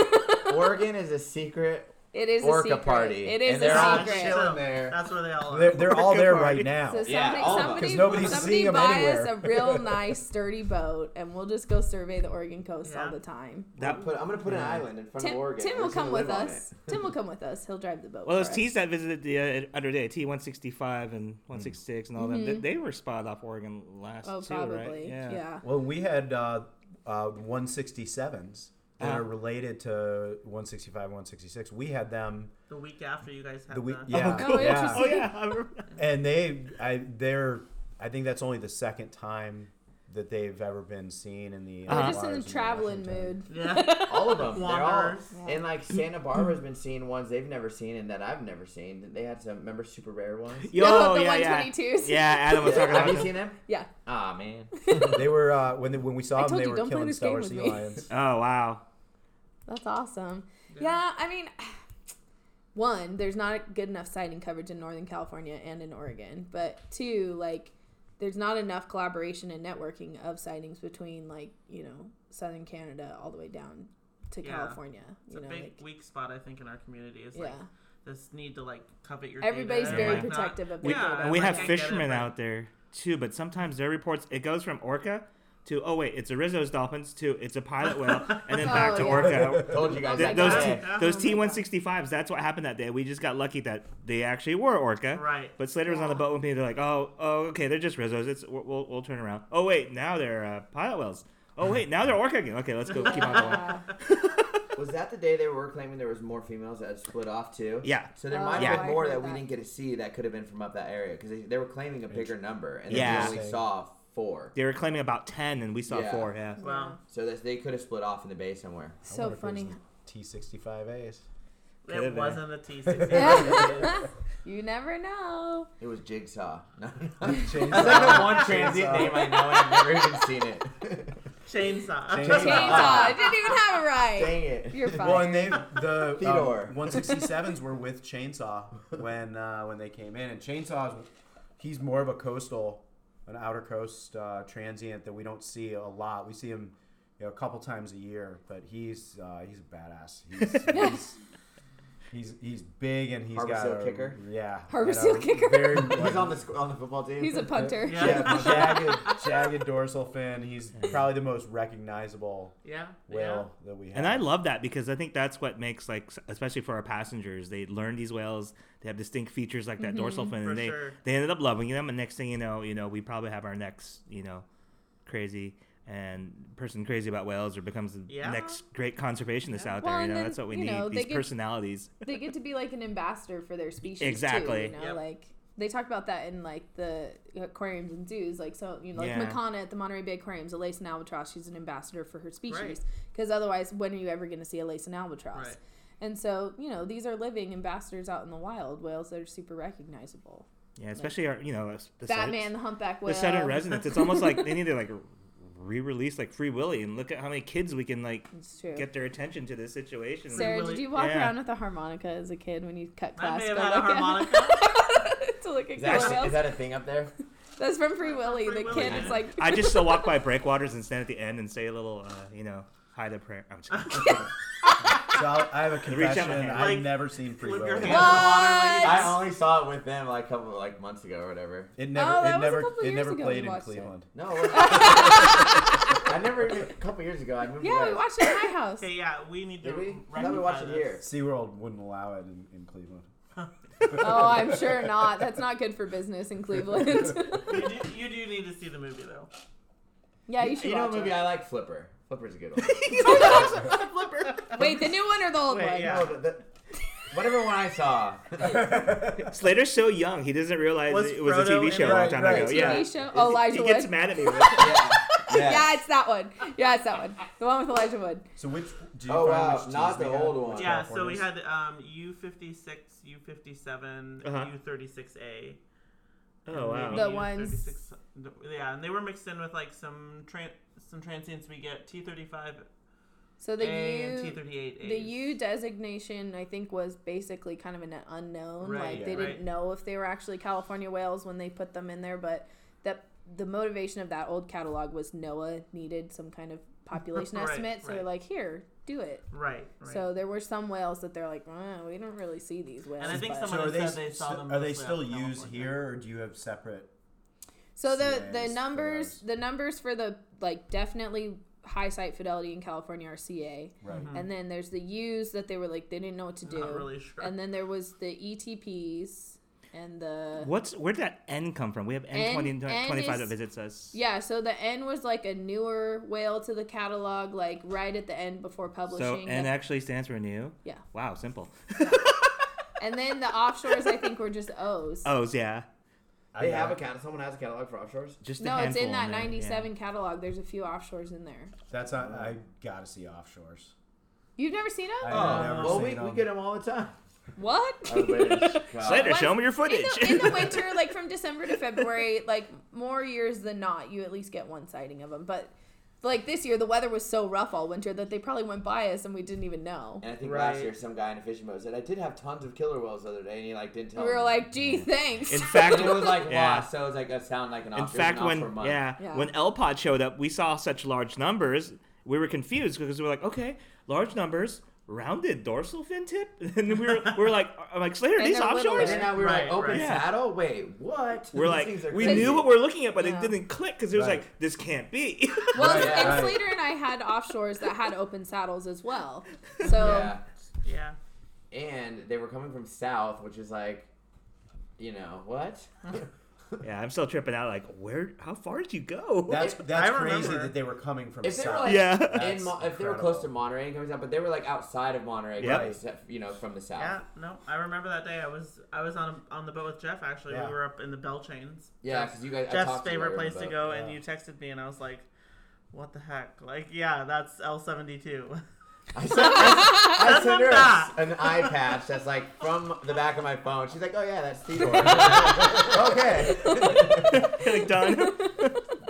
S1: Oregon is a secret
S2: it is a
S1: orca
S2: secret.
S1: party,
S2: It is
S1: and
S2: a
S1: they're all
S2: secret.
S1: chilling there.
S4: That's where they all
S5: They're,
S4: are.
S5: they're all there
S3: Good
S5: right
S3: point.
S5: now.
S2: So somebody,
S1: Yeah, all of them.
S2: somebody,
S5: 'Cause nobody's
S2: somebody
S5: seeing 'em
S2: buy
S5: anywhere.
S2: us a real nice, sturdy boat, and we'll just go survey the Oregon coast
S4: Yeah.
S2: all the time.
S1: That,
S3: That-
S1: put, I'm gonna put an island in front
S2: Tim,
S1: of Oregon.
S2: Tim
S1: We're
S2: will
S1: just gonna
S2: come with
S1: live on
S2: us.
S1: it.
S2: Tim will come with us. He'll drive the boat.
S3: Well,
S2: for
S3: those
S2: us.
S3: teas that visited the uh, other day, T one sixty five and one sixty six and all that, they, they were spotted off Oregon last
S2: Mm-hmm. Oh,
S3: too,
S2: probably.
S3: right?
S2: Yeah.
S1: <laughs>
S5: Well, we had uh, uh, 167s that
S3: Uh-huh.
S5: are related to 165, 166. We had them
S4: The week after you guys had
S5: the week.
S4: that.
S5: Yeah,
S2: cool. Oh,
S5: yeah.
S3: Oh yeah. <laughs> I remember.
S5: and they I they're I think that's only the second time that they've ever been seen in the
S2: We're
S3: Uh-huh.
S2: just in the
S5: waters
S2: traveling
S5: Washington.
S2: mood.
S4: Yeah.
S1: All of them. They're all,
S4: Wanderers.
S1: and like Santa Barbara's been seeing ones they've never seen and that I've never seen. They had some remember super rare ones.
S3: Yo,
S2: Oh, the
S3: yeah, yeah.
S2: 122s.
S3: <laughs> Yeah, Adam was talking
S1: Have
S3: about
S1: you <laughs>
S3: that.
S1: seen them?
S2: Yeah.
S1: Ah
S2: <laughs>
S1: man.
S5: <laughs> They were uh, when they, when we saw
S2: I
S5: them,
S2: told
S5: they
S2: you,
S5: were
S2: don't play
S5: killing
S2: this game
S5: stellar
S2: with
S1: <laughs>
S2: me.
S5: sea lions.
S3: Oh wow.
S2: That's awesome. Yeah.
S4: Yeah.
S2: I mean, <sighs> one, there's not good enough sighting coverage in Northern California and in Oregon, but two, like, there's not enough collaboration and networking of sightings between, like, you know, Southern Canada all the way down to
S4: Yeah.
S2: California.
S4: It's
S2: You
S4: a
S2: know,
S4: big
S2: like,
S4: weak spot, I think, in our community. Is like
S2: yeah,
S4: this need to like covet your.
S2: Everybody's
S4: data
S2: very
S4: and, like, not-
S2: protective of
S4: yeah,
S2: their data.
S4: and,
S3: we
S4: like,
S3: have
S4: I get it,
S3: fishermen
S4: but-
S3: out there too, but sometimes their reports it goes from orca to oh wait, it's a Rizzo's dolphins to it's a pilot whale,
S2: <laughs>
S3: and then back
S2: Oh,
S3: to
S2: yeah.
S3: orca.
S1: Told you guys
S2: Oh my
S1: that
S3: Th- those
S2: God.
S3: t-
S1: today.
S3: those
S2: Oh
S4: Uh-huh.
S2: my
S3: T one sixty fives. That's what happened that day. We just got lucky that they actually were orca.
S4: <laughs> Right.
S3: But Slater was on the boat with me. They're like, oh, oh, okay, they're just Rizzos. It's we'll, we'll, we'll turn around. Oh wait, now they're uh, pilot whales.
S1: Uh-huh.
S3: Oh wait, now they're orca again. Okay, let's go. Keep on
S2: <laughs>
S3: going.
S2: Yeah.
S1: Was that the day they were claiming there was more females that had split off too?
S3: Yeah.
S1: So there
S2: Oh,
S1: might
S3: Yeah.
S1: have
S2: I
S1: been more
S2: heard
S1: that we
S2: that.
S1: didn't get to see that could have been from up that area because they, they were claiming a bigger number and
S3: Yeah.
S1: then we only saw four.
S3: They were claiming about ten, and we saw
S1: Yeah.
S3: four. Yeah.
S4: Well,
S1: So that they could have split off in the bay somewhere.
S2: so funny.
S5: T sixty five A's.
S3: Could've
S4: it
S3: been.
S4: wasn't a T
S2: <laughs>
S4: sixty.
S2: You never know.
S1: It was Jigsaw. <laughs> No, no.
S5: That's
S1: That's like the one transient name I know, and I've never even seen
S2: <laughs>
S1: it.
S3: <laughs>
S4: Chainsaw.
S5: Chainsaw.
S2: Chainsaw. I didn't even have it right.
S1: Dang it.
S2: You're fine.
S5: Well, and they the um,
S1: <laughs> Theodore.
S5: one sixty sevens were with Chainsaw when uh, when they came in, and Chainsaw's he's more of a coastal, an outer coast uh, transient that we don't see a lot. We see him you know, a couple times a year, but he's uh, he's a badass. He's,
S2: <laughs>
S5: he's, He's, he's big and he's
S1: Harbor
S5: got
S1: Seal
S5: a,
S1: kicker?
S5: Yeah,
S2: Harbor
S5: and a
S2: Seal kicker?
S5: Very,
S1: <laughs> <laughs> He's on the sc- on the football team.
S2: He's a punter.
S1: <laughs>
S4: Yeah.
S5: yeah, jagged, jagged dorsal fin. He's probably the most recognizable
S4: Yeah. Yeah.
S5: whale that we have.
S3: And I love that because I think that's what makes like, s- especially for our passengers, they learn these whales. They have distinct features like that dorsal fin,
S4: Mm-hmm. For
S3: and they
S4: sure.
S3: they ended up loving them. And next thing you know, you know, we probably have our next, you know, crazy and person crazy about whales or becomes the
S4: Yeah.
S3: next great conservationist out
S2: Well,
S3: there. You
S2: and
S3: know,
S2: then,
S3: that's what we
S2: you
S3: need.
S2: know, they
S3: these
S2: get-
S3: personalities.
S2: they get to be like an ambassador for their species
S3: Exactly.
S2: too, you know
S4: Yep.
S2: like they talk about that in like the aquariums and zoos like so you know like
S3: Yeah.
S2: Makana at the Monterey Bay Aquariums Elaisin albatross she's an ambassador for her
S4: Right.
S2: species because otherwise when are you ever going to see Elaisin albatross
S4: Right.
S2: and so you know these are living ambassadors out in the wild whales that are super recognizable
S3: Yeah, especially our, you know, s- the site-
S2: Batman the humpback whale
S3: the Southern residents. It's almost like they need to like re-release like Free Willy and look at how many kids we can like
S2: <laughs> it's true
S3: get their attention to this situation.
S2: Sarah,
S4: Really-
S2: did you walk
S3: Yeah.
S2: around with a harmonica as a kid when you cut
S4: I
S2: class?
S4: may have
S2: to
S4: had a
S2: look at- <laughs>
S4: harmonica.
S2: to look at
S1: Is that,
S2: killer
S1: a, is
S2: whales.
S1: that a thing up
S2: <laughs>
S1: there?
S2: That's from Free Willy.
S4: Free
S2: the
S4: Willy.
S2: kid is like,
S3: I just still walk by breakwaters and stand at the end and say a little, uh, you know, hi to prayer. I'm just kidding.
S5: So I'll, I
S4: <laughs>
S5: have a
S3: Reach out my
S5: confession.
S3: hand.
S5: I've
S4: Like,
S5: never seen Free
S4: Flip your
S5: Willy.
S4: hand in the water.
S2: What?
S4: Like,
S1: I only saw it with them like a couple like months ago or whatever.
S5: It never,
S2: Oh, that was a
S5: it never,
S2: couple
S5: it
S2: years
S5: never
S2: ago we
S5: played in
S2: watched it.
S5: Cleveland.
S1: No, it wasn't. <laughs> I never. even- A couple years ago, I moved.
S2: yeah, we
S1: away.
S2: watched it at my house.
S4: okay, yeah, we need to.
S1: Did we? I thought we
S4: rectify
S1: watched it
S4: this.
S1: here.
S5: SeaWorld wouldn't allow it in, in Cleveland.
S2: <laughs> Oh, I'm sure not. That's
S5: <laughs>
S2: not good for business in <laughs> Cleveland.
S4: <laughs> You do, you do need to see the
S2: <laughs>
S4: movie though.
S2: yeah, you should
S1: know a
S2: watch
S1: movie
S2: it.
S1: I like? Flipper. Flipper's a good
S3: <laughs>
S1: one.
S2: <laughs> Wait, the new one or the old
S4: Wait,
S2: one? <laughs>
S4: yeah.
S1: no, the, the, whatever one I saw.
S3: Slater's so young, he doesn't realize
S4: Was
S3: it was a
S4: Frodo
S3: TV
S4: in
S3: show a
S4: it?
S3: long
S5: Right,
S3: time
S5: right.
S3: ago.
S2: TV
S3: Yeah.
S2: show? Oh,
S3: He
S2: Elijah
S3: gets
S2: Wood.
S3: mad at
S1: <laughs>
S3: me. with-
S1: yeah.
S2: Yeah, it's that one. Yeah, it's that one. The one with Elijah Wood.
S5: So which? Do you
S1: Oh,
S5: find
S1: wow,
S5: which teams
S1: not
S5: they
S1: the
S5: had?
S1: old one.
S5: Which
S4: Yeah, so we
S5: Californias?
S4: had um, U56, U57,
S3: Uh-huh.
S4: U36A.
S3: Oh, wow.
S2: The ones-
S4: U36 Yeah, and they were mixed in with like some tran- some transients we get T35A
S2: So the
S4: and
S2: U,
S4: T38A.
S2: the U designation, I think, was basically kind of an unknown.
S4: Right,
S2: like they
S4: right.
S2: didn't know if they were actually California whales when they put them in there. But that the motivation of that old catalog was NOAA needed some kind of population
S4: Right,
S2: estimate. So they're
S4: right.
S2: like, here, do it.
S4: Right, right.
S2: So there were some whales that they're like, oh, we don't really see these whales.
S4: And I think
S2: but-
S4: some
S5: So
S4: Someone
S5: are they,
S4: said they saw
S5: st-
S4: them
S5: are they
S4: mostly
S5: still
S4: out in
S5: used
S4: California.
S5: here, or do you have separate?
S2: so the
S5: CAs
S2: the
S5: for
S2: numbers
S5: those.
S2: the numbers for the like definitely high site fidelity in California are CA,
S5: Right.
S2: and then there's the U's that they were like they didn't know what to do,
S4: Hmm. Not really sure.
S2: and then there was the ETPs and the
S3: What's where did that N come from? We have N,
S2: N-
S3: 20,
S2: N
S3: 25 that
S2: is-
S3: visits us.
S2: yeah. So the N was like a newer whale to the catalog, like right at the end before
S3: So
S2: publishing.
S3: N actually stands for new.
S2: Yeah.
S3: Wow, simple.
S2: and then the offshores I think were just O's.
S3: O's, Oh, yeah.
S1: They have a catalog. Someone has a catalog for offshores.
S3: Just a
S2: no, it's in that
S3: handful there, yeah.
S2: 97 catalog. There's a few offshores in there.
S5: That's not, I gotta see offshores.
S2: You've never seen them?
S5: I
S4: Oh,
S5: have never
S1: well,
S5: seen
S1: we, we
S5: them.
S1: get them all the time.
S2: What? <laughs>
S3: Slater,
S2: Once-
S3: show me your
S2: in
S3: footage.
S2: the, in the winter, like from December to February, like more years than not, you at least get one sighting of them. But like this year, the weather was so rough all winter that they probably went by us and we didn't even know.
S1: And I think
S4: Right.
S1: last year some guy in a fishing boat said I did have tons of killer whales the other day, and um, he like didn't
S2: We
S1: tell.
S2: were
S1: me.
S2: like, gee, thanks.
S3: <laughs> in
S1: And
S3: fact,
S1: it was
S3: <laughs>
S1: like
S3: Yeah.
S1: lost, so it was like a sound like an
S3: In
S1: offshore.
S3: fact,
S1: an
S3: when
S1: offshore month.
S3: yeah,
S2: Yeah.
S3: when L Pod showed up, we saw such large numbers. We were confused because we were like, okay, large numbers, rounded dorsal fin tip, <laughs> and we were, we were like, I'm like Slater,
S2: And
S3: these
S2: they're little
S1: And
S3: offshores.
S1: then now we were
S4: Right,
S1: like, open
S4: right.
S3: Yeah.
S1: saddle? Wait, what?
S3: We're
S1: These
S3: like,
S1: things are
S3: we
S1: crazy.
S3: knew what we are looking at, but
S2: Yeah.
S3: it didn't click because it was
S5: Right.
S3: like, this can't be. <laughs>
S2: Well,
S1: Right,
S2: and
S1: right.
S2: Slater and I had offshores that had open saddles as well. So
S1: Yeah.
S4: Yeah.
S1: And they were coming from south, which is like, you know, what? <laughs>
S3: yeah, I'm still tripping out. Like, where? How far did you go?
S5: That's that's
S4: I
S5: crazy
S4: remember.
S5: that they were coming from
S1: If they were
S5: south.
S1: like
S3: Yeah.
S1: in
S5: That's
S1: Mo- if they were close to
S5: incredible.
S1: Monterey and coming south, but they were like outside of Monterey,
S3: Yep.
S1: coming se- you know, from the south.
S4: Yeah, no, I remember that day. I was I was on a, on the boat with Jeff. Actually,
S5: Yeah.
S4: we were up in the Bell Chains.
S1: Yeah,
S4: Jeff's,
S1: because you guys. I
S4: Jeff's
S1: talked to you
S4: favorite
S1: while we were
S4: place to
S1: <laughs> on
S4: go, and
S5: Yeah.
S4: you texted me, and I was like, "What the heck?" Like, yeah, that's L seventy two.
S1: the
S4: <laughs>
S1: boat. I sent, I sent her
S4: that.
S1: a- an eye patch that's like from the back of my phone. She's like, "Oh yeah, that's
S4: <laughs>
S1: Theodore." okay,
S3: <laughs>
S2: <laughs>
S3: like done.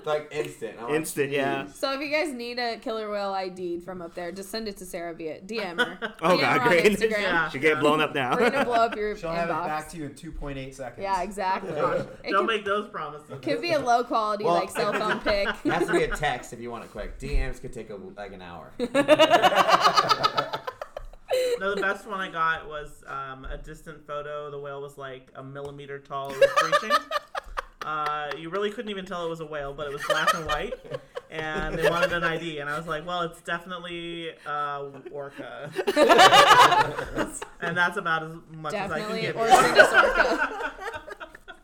S1: like instant. I'm like,
S3: Instant, yeah.
S1: "Jeez."
S2: So if you guys need a killer whale ID from up there, just send it to Sarah via DM her.
S3: Oh
S2: DM
S3: god,
S2: her on
S3: great.
S2: Instagram.
S3: <laughs>
S4: Yeah.
S3: She get blown up now.
S2: We're gonna blow up your
S5: She'll
S2: inbox.
S5: have it back to you in 2.8 seconds.
S2: yeah, exactly.
S5: Gosh,
S2: It
S4: <laughs> Don't
S2: could,
S4: make those promises.
S2: could be a low quality
S1: Well,
S2: like cell phone pic.
S1: It <laughs> has to be a text if you want it quick. DMs could take a, like an
S5: <laughs>
S1: hour.
S4: No, the best one I got was um, a distant photo. The whale was like a millimeter tall. It was <laughs> breaching. Uh, you really couldn't even tell it was a whale, but it was black and white. And they wanted an ID, and I was like, "Well, it's definitely uh, orca,"
S3: <laughs>
S4: and that's about as
S2: <laughs>
S4: much
S2: Definitely
S4: as I
S2: or
S4: can give. you.
S2: Orca.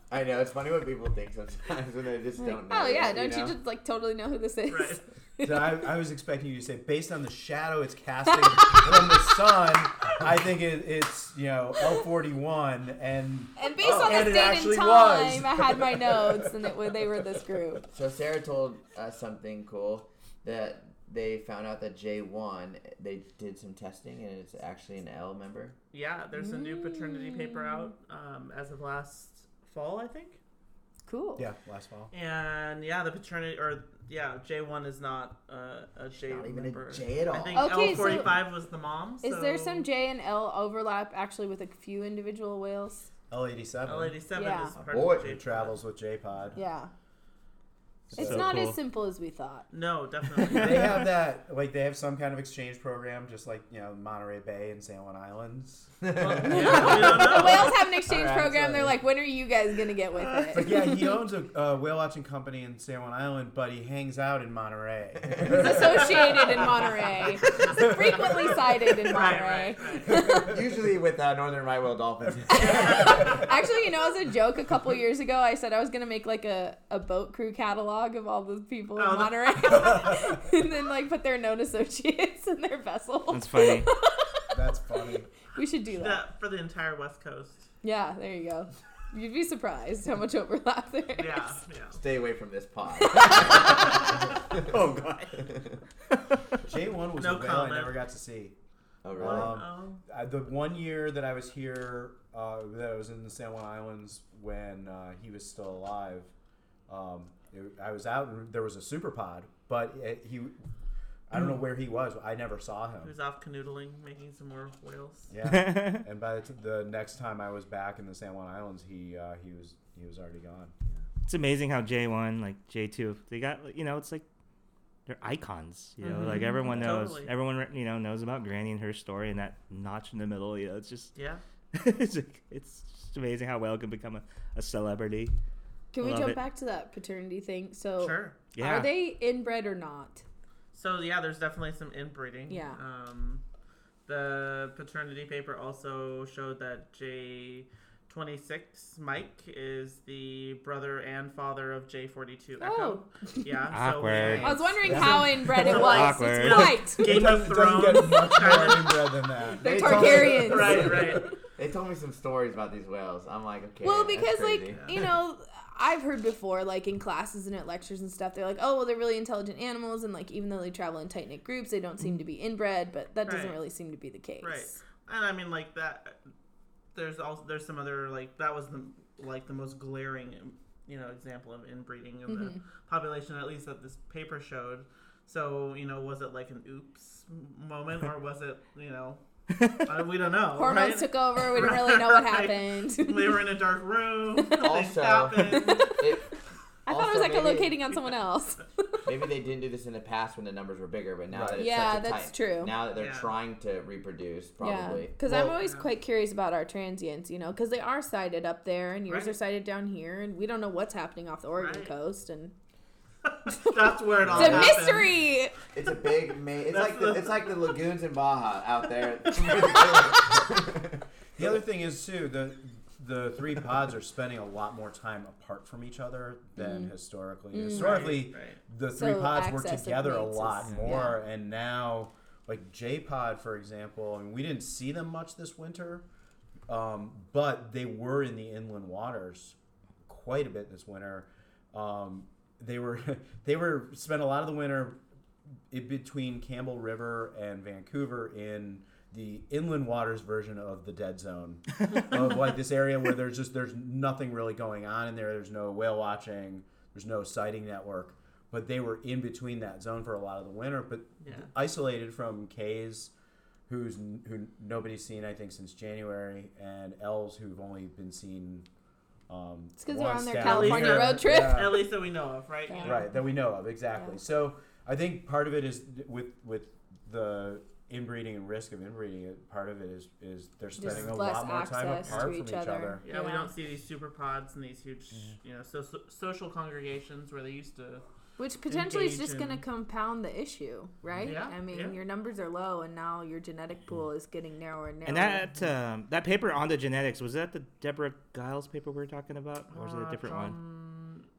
S1: I know it's funny what people think sometimes when they just don't know.
S2: Oh yeah,
S1: yet,
S2: don't you
S1: know?
S2: just like totally know who this is?
S4: Right.
S5: So I, I was expecting you to say, based on the shadow it's casting from the sun, I think it, it's, you know, L41. And
S2: <laughs> And based
S5: Oh,
S2: on
S5: and
S2: this
S5: it
S2: date and
S5: actually
S2: time,
S5: was.
S2: I had my notes, and it, wa- they were this group.
S1: So Sarah told us something cool that they found out that J one they did some testing and it's actually an L member.
S4: Yeah, there's a new paternity paper
S2: Mm.
S4: out um, as of last fall, I think.
S2: Cool.
S5: yeah, last fall.
S4: And yeah, the paternity or yeah, J one is not uh, a J
S1: not even a
S4: member.
S1: J at
S4: I
S1: all.
S4: think
S2: Okay,
S4: L forty five was the mom.
S2: Is there some
S4: J-
S2: J and L overlap actually with a few individual whales?
S5: L87.
S4: L eighty seven
S2: Yeah.
S4: is part
S1: Boy,
S4: of
S5: who
S4: J
S5: travels with J Pod.
S2: Yeah. It's
S3: So
S2: not
S3: cool.
S2: as simple as we thought. <laughs>
S4: No, definitely.
S5: They have that, like, they have some kind of exchange program, just like, you know, Monterey Bay and San Juan Islands.
S4: Well,
S5: <laughs>
S4: yeah,
S2: <laughs>
S4: we don't know.
S2: The whales have an exchange
S5: All right,
S2: program.
S5: so-
S2: They're like, when are you guys gonna get with
S5: But
S2: it?
S5: yeah, he owns a uh, whale watching company in San Juan Island, but he hangs out in Monterey.
S2: It's
S5: <laughs>
S2: associated in Monterey. It's frequently sighted in
S4: Right,
S2: Monterey.
S4: right,
S1: Usually with uh, Northern Right Whale <laughs> Dolphins.
S2: <laughs> Actually, you know, as a joke, a couple years ago, I said I was gonna make like a, a boat crew catalog of all the people
S4: Oh,
S2: in
S4: the-
S2: Monterey, <laughs> and then like put their known associates and their vessel.
S3: That's funny.
S5: That's funny.
S2: <laughs> We should do that.
S4: That- for the entire West Coast.
S2: Yeah, there you go. You'd be surprised how much overlap there is.
S4: Yeah, yeah.
S1: Stay away from this <laughs> pod.
S3: oh god.
S5: J1 was
S4: No
S5: a whale
S4: comment.
S5: I never got to see.
S1: <laughs> oh
S4: What?
S1: really?
S5: Um, I, the one year that I was here, uh, that I was in the San Juan Islands when uh, he was still alive, um, it- I was out and there was a super pod, but it, he, I don't know where he was. I never saw
S4: oh, he
S5: him.
S4: was off canoodling, making some more whales. <laughs>
S5: Yeah. and by the, t- the next time I was back in the San Juan Islands, he uh, he was he was already gone.
S3: it's amazing how J one, like J two, they got you know, it's like they're icons. You know, like everyone knows,
S4: Totally.
S3: everyone you know knows about Granny and her story and that notch in the middle. You know, it's just <laughs>
S4: Yeah.
S3: it's like, it's just amazing how well can become a, a celebrity.
S2: Can we
S3: Love
S2: jump
S3: it.
S2: back to that paternity thing? So,
S4: Sure.
S3: Yeah.
S2: are
S3: <laughs>
S2: they inbred or not?
S4: So yeah, there's definitely some inbreeding.
S2: Yeah.
S4: Um, the paternity paper also showed that J. 26 Mike is the brother and father of J42 Echo. Yeah.
S3: Awkward.
S2: Oh. I was wondering
S5: Yeah.
S2: how inbred it was.
S3: Awkward.
S2: It's white.
S4: So we, Game of
S5: It doesn't
S4: Thrones.
S5: get much
S4: kind
S5: more
S4: of-
S5: inbred than that.
S2: They're
S1: They told me-
S2: Targaryens.
S4: right, right.
S1: They told me some stories about these whales. I'm like, okay.
S2: Well,
S1: that's
S2: because like
S1: crazy.
S2: you know, I've heard before, like in classes and at lectures and stuff, they're like, oh well, they're really intelligent animals, and like even though they travel in tight knit groups, they don't seem to be inbred, but that doesn't
S4: Right.
S2: really seem to be the case.
S4: Right. And I mean, like that. There's also there's some other like that was the like the most glaring you know example of inbreeding of
S2: Mm-hmm.
S4: the population at least that this paper showed. So you know, was it like an oops moment or was it you know uh, we don't know.
S2: Hormones
S4: right?
S2: took over. We didn't really know what
S4: Right.
S2: happened.
S4: we were in a
S5: <laughs>
S4: dark room. Things
S1: Also-
S4: happened. <laughs>
S1: It-
S2: <laughs> I thought it
S1: also
S2: was like
S1: maybe-
S2: locating on someone else.
S1: Maybe they didn't do this in the past when the numbers were bigger, but now
S5: Right.
S1: that it's
S2: Yeah,
S1: such a
S2: that's
S1: tight-
S2: true.
S1: Now that they're
S4: Yeah.
S1: trying to reproduce,
S2: Yeah,
S1: probably.
S2: because I'm
S5: Well-
S2: always
S4: Yeah.
S2: quite curious about our transients, you know, because they are sighted up there and yours
S4: Right.
S2: are sighted down here, and we don't know what's happening off the Oregon
S4: Right.
S2: coast, and
S4: That's where it all
S2: it's a
S4: happens.
S2: mystery.
S1: It's a big main. It's
S4: That's
S1: like the,
S4: the-
S1: it's like the lagoons in Baja out
S5: <laughs>
S1: there.
S5: The other thing is too the the three pods are spending a lot more time apart from each other than historically. Historically,
S4: Right, right.
S5: the three
S2: So
S5: pods were
S2: access
S5: together a
S2: makes
S5: lot
S2: us-
S5: more, and now like J Pod, for example, and we didn't see them much this winter, um, but they were in the inland waters quite a bit this winter. Um, they were <laughs> they were spent a lot of the winter in between Campbell River and Vancouver in the inland waters version of the dead zone of like this area where there's just there's nothing really going on in there there's no whale watching there's no sighting network but they were in between that zone for a lot of the winter but
S4: Yeah.
S5: isolated from K's who's who nobody's seen I think since January and L's who've only been seen um
S2: It's because they're on
S5: once
S2: their
S5: down-
S2: California
S4: Lisa.
S2: road trip.
S5: Yeah.
S4: At least that we know of, right?
S2: Yeah.
S4: You know?
S5: right that we know of exactly
S2: Yeah.
S5: so i think part of it is with with the inbreeding and risk of inbreeding it- part of it is is they're spending a
S2: less
S5: lot more time
S2: access
S5: apart
S2: to
S5: from
S2: each
S5: each other,
S2: other.
S4: Yeah, we
S2: Yeah.
S4: don't see these super pods and these huge, you know, so, so, social congregations where they used to.
S2: Which potentially is
S4: engage
S2: just going to
S4: in-
S2: compound the issue, right?
S4: Yeah,
S2: I mean,
S4: yeah.
S2: your numbers are low, and now your genetic pool is getting narrower and narrower.
S3: And that um, that paper on the genetics was that the Deborah Giles paper we were talking about, or was it a
S4: Uh,
S3: different one?
S4: John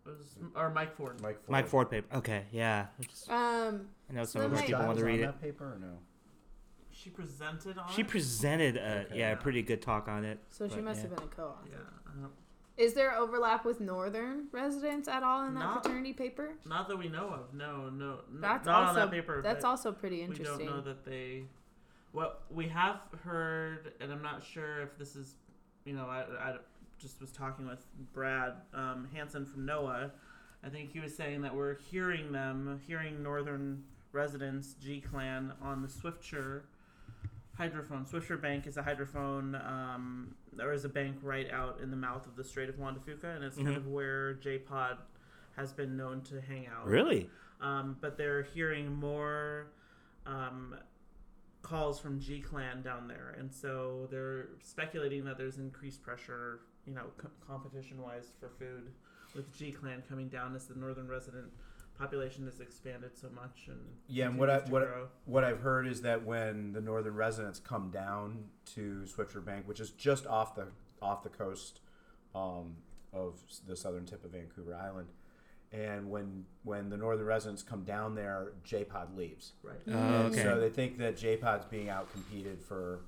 S4: Was, or Mike Ford.
S5: mike ford,
S3: Mike Ford paper. Okay, yeah. I just-
S2: um,
S3: I know
S2: So
S3: some of those
S2: Mike-
S3: people want to read it.
S5: that paper or no
S4: She presented on.
S3: She
S4: it?
S3: presented a
S5: Okay.
S3: yeah a pretty good talk on it.
S2: so she
S3: But,
S2: must
S3: yeah.
S2: have been a co-author.
S4: Yeah. I don't-
S2: Is there overlap with northern residents at all in that
S4: Not-
S2: fraternity paper?
S4: Not that we know of. No, no. n-
S2: That's
S4: not
S2: also
S4: on that paper.
S2: that's
S4: but
S2: also pretty
S4: We
S2: interesting.
S4: don't know that they. What we have heard, and I'm not sure if this is, you know, I, I just was talking with Brad um, Hansen from NOAA. I think he was saying that we're hearing them, hearing northern residents, G Clan, on the Swiftsure hydrophone. Swiftsure Bank is a hydrophone, um, or is a bank right out in the mouth of the Strait of Juan de Fuca, and it's kind of where J Pod has been known to hang out
S3: Really?
S4: um, but they're hearing more um, calls from G Clan down there, and so they're speculating that there's increased pressure, you know, co- competition-wise for food, with G Clan coming down as the northern resident population has expanded so much, and
S5: yeah and what i
S4: continues to
S5: what
S4: grow.
S5: what i've heard is that when the northern residents come down to swifter bank which is just off the off the coast um, of s- the southern tip of vancouver island and when when the northern residents come down there j pod leaves
S4: right.
S3: Oh,
S5: And So
S3: okay.
S5: they think that J-Pod's being out competed for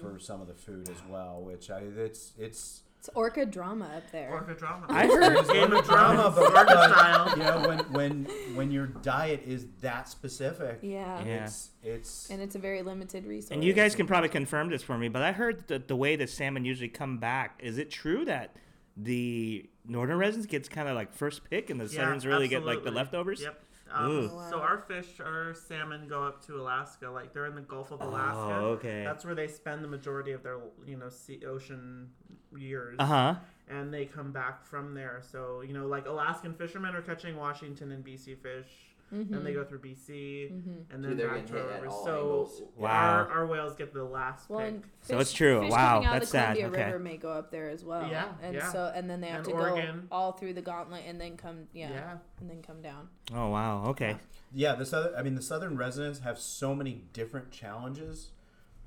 S5: for some of the food as well, which I it's it's
S2: It's orca drama up there.
S4: Orca drama.
S3: I heard <laughs>
S4: Game of
S5: drama,
S4: Thrones,
S5: but
S4: Orca
S5: but,
S4: style.
S5: you know when when when your diet is that specific,
S2: Yeah.
S3: Yeah.
S5: it's it's
S2: and it's a very limited resource.
S3: And you guys can probably confirm this for me, but I heard that the way that salmon usually come back, is it true that the northern residents gets kind of like first pick and the
S4: Yeah,
S3: southerns really get like the
S4: absolutely.
S3: leftovers?
S4: Yep. Um,
S3: Ooh.
S4: so our fish, our salmon, go up to Alaska. Like they're in the Gulf of Alaska.
S3: Oh, okay.
S4: That's where they spend the majority of their, you know, sea ocean years,
S3: Uh huh.
S4: and they come back from there. So you know, like Alaskan fishermen are catching Washington and BC fish, and they go through BC, and then
S1: Dude, they're
S4: back
S1: getting
S4: to our
S1: hit at
S4: rivers.
S1: all
S4: So
S1: angles.
S3: Wow.
S4: our, our whales get the last
S2: Well, and
S4: pick.
S2: fish,
S3: So it's true.
S2: Fish
S3: Wow,
S2: coming out
S3: that's
S2: of the
S3: sad.
S2: Columbia
S3: Okay.
S2: River may go up there as well.
S4: Yeah,
S2: And
S4: yeah.
S2: so and then they have
S4: And
S2: to
S4: Oregon.
S2: go all through the gauntlet and then come yeah,
S4: Yeah.
S2: and then come down.
S3: Oh wow. Okay.
S5: yeah the southern I mean the southern residents have so many different challenges,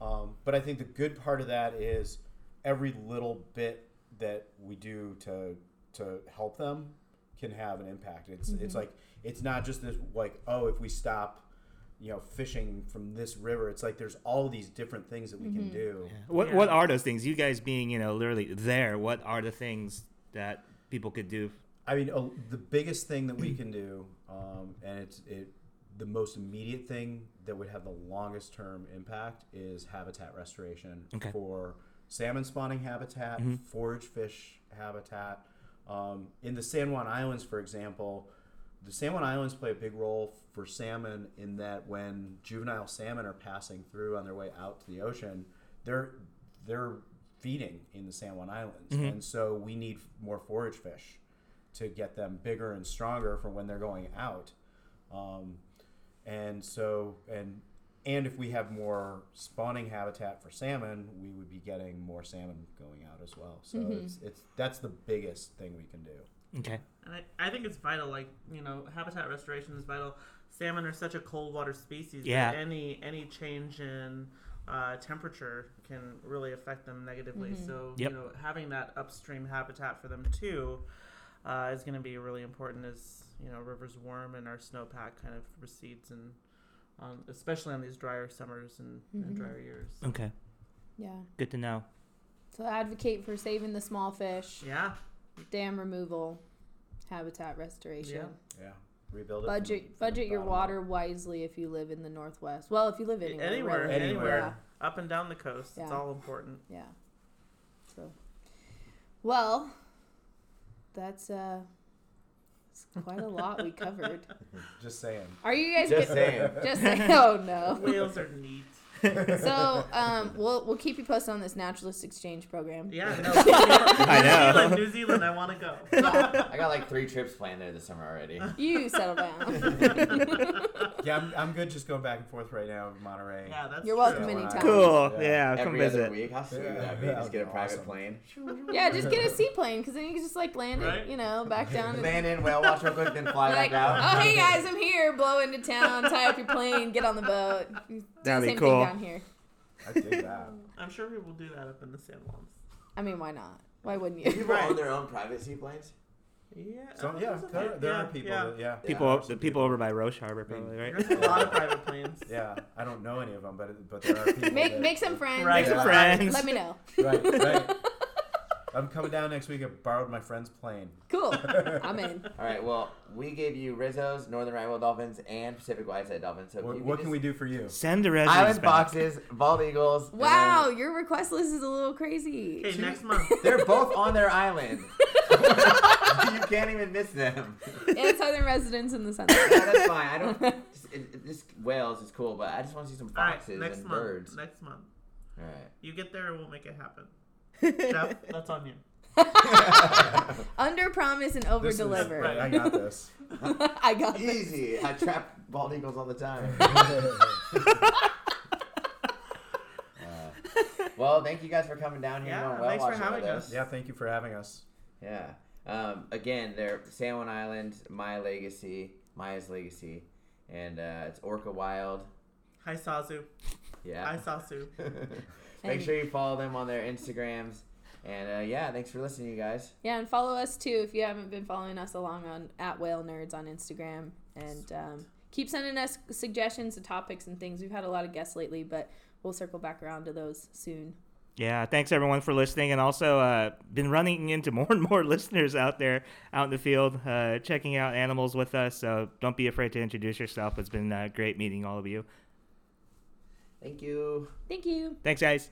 S5: um, but I think the good part of that is every little bit that we do to to help them can have an impact. It's it's like it's not just this like oh if we stop you know fishing from this river it's like there's all these different things that we can do.
S3: What
S4: Yeah.
S3: What are those things? You guys being you know literally there. What are the things that people could do?
S5: I mean, uh, the biggest thing that we can do, um, and it's it, the most immediate thing that would have the longest term impact is habitat restoration
S3: Okay.
S5: for salmon spawning habitat, forage fish habitat. Um, in the San Juan Islands, for example, the San Juan Islands play a big role for salmon in that when juvenile salmon are passing through on their way out to the ocean, they're they're feeding in the San Juan Islands, and so we need more forage fish to get them bigger and stronger for when they're going out. Um, and so and and if we have more spawning habitat for salmon, we would be getting more salmon going out as well. So it's, it's that's the biggest thing we can do.
S3: Okay.
S4: And I, I think it's vital, like, you know, habitat restoration is vital. Salmon are such a cold water species. that
S3: Yeah.
S4: Any any change in uh, temperature can really affect them negatively. So,
S3: Yep.
S4: you know, having that upstream habitat for them too uh, is going to be really important as, you know, rivers warm and our snowpack kind of recedes and on, especially on these drier summers and, and drier years.
S3: Okay.
S2: Yeah.
S3: Good to know.
S2: So advocate for saving the small fish,
S4: Yeah.
S2: dam removal, habitat restoration.
S5: Yeah, rebuild it. from- from the
S2: Budget budget your
S5: bottom up.
S2: water wisely if you live in the northwest. Well, if you live anywhere.
S4: Anywhere,
S2: really.
S5: anywhere.
S2: Yeah.
S4: Up and down the coast. It's
S2: Yeah.
S4: all important.
S2: Yeah. So, well, that's uh, it's quite a lot we
S5: <laughs>
S2: covered.
S5: Just saying.
S3: <laughs>
S2: Are you guys
S1: Just
S2: get-
S1: saying.
S2: Just saying. <laughs> Oh no.
S4: Whales are neat.
S2: So, um, we'll we'll keep you posted on this naturalist exchange program.
S4: Yeah,
S2: <laughs>
S4: no. New Zealand,
S3: I know.
S4: New Zealand, I want to
S1: <laughs>
S4: go.
S1: I got like three trips planned there this summer already.
S2: You settle down.
S5: <laughs>
S2: <laughs>
S5: <laughs> Yeah, I'm, I'm good just going back and forth right now in Monterey.
S4: Yeah, that's
S2: You're
S4: true.
S2: welcome
S5: Yeah.
S2: anytime.
S3: Cool.
S5: Yeah.
S3: Yeah. come
S1: Every
S3: visit.
S1: other week, how sweet would
S5: Yeah,
S1: that be?
S5: that
S1: Just
S5: would
S1: get a
S5: be
S1: private
S5: awesome. <laughs>
S1: plane,
S2: Yeah, just get a seaplane because then you can just like land
S4: Right?
S2: it, you know, back down. And,
S1: land in whale watch real quick, then fly
S2: like,
S1: back out.
S2: oh
S1: <laughs>
S2: hey guys, I'm here. Blow into town, tie up your plane, get on the boat. Do the
S3: That'd be
S2: same
S3: cool.
S2: thing down here.
S5: I dig that.
S4: I'm sure we will do that up in the San Juans.
S2: I mean, why not? Why wouldn't you?
S1: People own their own private seaplanes.
S4: Yeah.
S5: So
S4: uh,
S5: yeah,
S4: there's a
S5: there,
S4: bit-
S5: there
S4: yeah,
S5: are people.
S4: Yeah.
S5: That, yeah,
S3: People,
S5: yeah,
S3: the people over by Roche Harbor,
S5: mean,
S3: probably right.
S4: There's a lot of
S5: <laughs>
S4: private planes.
S5: Yeah, I don't know any of them, but but there are
S2: <laughs> <laughs>
S5: people.
S2: Make
S5: that-
S2: make some friends.
S4: Right.
S3: Make some
S5: Yeah.
S3: friends.
S2: Let me know.
S5: <laughs>
S2: <laughs>
S5: Right, right. I'm coming down next week. I borrowed my friend's
S2: <laughs>
S5: plane.
S2: Cool. I'm in.
S1: All right, well, we gave you Rizzo's, Northern Right Whale Dolphins, and Pacific Whiteside Dolphins. So if
S5: What,
S1: you
S5: what
S1: could
S5: can we
S1: just-
S5: do for you?
S3: Send
S1: <laughs>
S3: the resumes
S1: Island
S3: back.
S1: boxes, bald eagles. and
S2: Wow, your request list is a little crazy.
S4: <laughs> Okay, next month.
S1: then- They're both on their island. <laughs> you can't even miss them.
S2: <laughs> And southern residents in the sunset.
S1: No, that's fine. I <laughs> don't. Just, it, it- this whales is cool, but I just want to see some
S4: All right,
S1: foxes
S4: next
S1: and
S4: month.
S1: birds.
S4: Next month.
S1: All right.
S4: You get there, we'll make it
S2: <laughs>
S4: happen. Jeff, that's on you.
S2: Under promise and over
S5: This is-
S2: deliver.
S5: I got this.
S2: <laughs>
S5: <laughs>
S2: I got this.
S1: <laughs> Easy. I trap bald eagles all the <laughs> time. Uh, well, thank you guys for coming down here. and
S4: Yeah,
S1: going whale
S4: thanks for
S1: watching
S4: having
S1: with
S4: us.
S5: yeah, thank you for having us.
S1: Yeah. Um, again, they're San Juan Island, My Legacy, Maya's Legacy, and uh, it's Orca Wild.
S4: Hi, Sazu. Hi,
S1: Yeah.
S4: Sasu.
S1: <laughs> Make sure you follow them on their Instagrams. And uh, yeah, thanks for listening, you guys.
S2: Yeah, and follow us too if you haven't been following us along on at Whale Nerds on Instagram. And um, keep sending us suggestions and topics and things. We've had a lot of guests lately, but we'll circle back around to those soon.
S3: Yeah, thanks everyone for listening, and also uh, been running into more and more <laughs> listeners out there, out in the field, uh, checking out animals with us. So don't be afraid to introduce yourself. It's been uh, great meeting all of you.
S1: Thank you.
S2: Thank you.
S3: Thanks, guys.